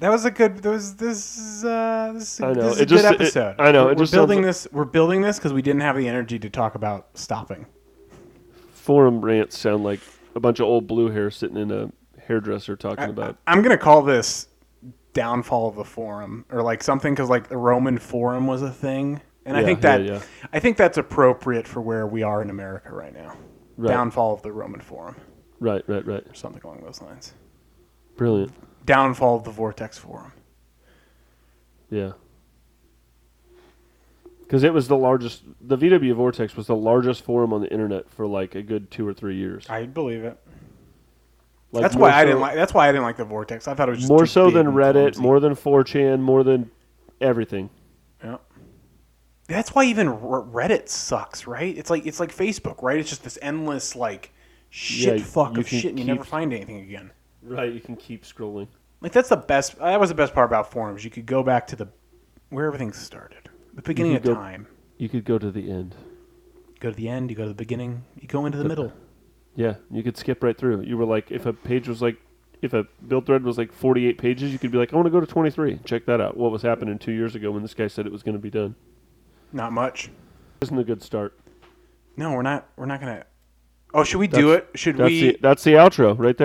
Speaker 2: That was a good. That was this is uh, this is,
Speaker 1: I know,
Speaker 2: this is
Speaker 1: it
Speaker 2: a
Speaker 1: just-
Speaker 2: good
Speaker 1: it-
Speaker 2: episode.
Speaker 1: I know,
Speaker 2: We're,
Speaker 1: it just
Speaker 2: we're building
Speaker 1: sounds
Speaker 2: this. We're building this because we didn't have the energy to talk about stopping.
Speaker 1: Forum rants sound like a bunch of old blue hair sitting in a hairdresser
Speaker 2: Ah,
Speaker 1: talking about.
Speaker 2: I'm gonna call this downfall of the forum or like something because like the Roman forum was a thing, and I
Speaker 1: Yeah,
Speaker 2: think
Speaker 1: yeah,
Speaker 2: that
Speaker 1: yeah.
Speaker 2: I think that's appropriate for where we are in America right now.
Speaker 1: Right.
Speaker 2: Downfall of the Roman forum
Speaker 1: Right, right, right.
Speaker 2: or something along those lines.
Speaker 1: Brilliant.
Speaker 2: Downfall of the Vortex forum.
Speaker 1: Yeah. Because it was the largest, the VW Vortex was the largest forum on the internet for like a good two or three years.
Speaker 2: I believe it.
Speaker 1: Like
Speaker 2: that's
Speaker 1: more
Speaker 2: why I
Speaker 1: so-
Speaker 2: didn't like. That's why I didn't like the Vortex. I thought it was just
Speaker 1: more
Speaker 2: too
Speaker 1: so
Speaker 2: big
Speaker 1: than
Speaker 2: and
Speaker 1: Reddit,
Speaker 2: clumsy.
Speaker 1: more than 4chan, more than everything.
Speaker 2: Yeah. That's why even R- Reddit sucks, right? It's like it's like Facebook, right? It's just this endless like shit
Speaker 1: Yeah,
Speaker 2: fuck
Speaker 1: you
Speaker 2: of
Speaker 1: can
Speaker 2: shit, and you
Speaker 1: keep-
Speaker 2: never find anything again.
Speaker 1: Right, you can keep scrolling.
Speaker 2: Like that's the best. That was the best part about forums. You could go back to the where everything started, the beginning
Speaker 1: You
Speaker 2: of
Speaker 1: could go-
Speaker 2: time.
Speaker 1: You could go to the end.
Speaker 2: Go to the end. You go to the beginning. You go into the middle.
Speaker 1: Yeah, you could skip right through. You were like, if a page was like, if a build thread was like 48 pages, you could be like, I want to go to 23. Check that out. What was happening two years ago when this guy said it was going to be done?
Speaker 2: Not much.
Speaker 1: Isn't a good start.
Speaker 2: No, we're not. We're not gonna. Oh, should we do it? Should
Speaker 1: That's
Speaker 2: we?
Speaker 1: the that's the outro right there.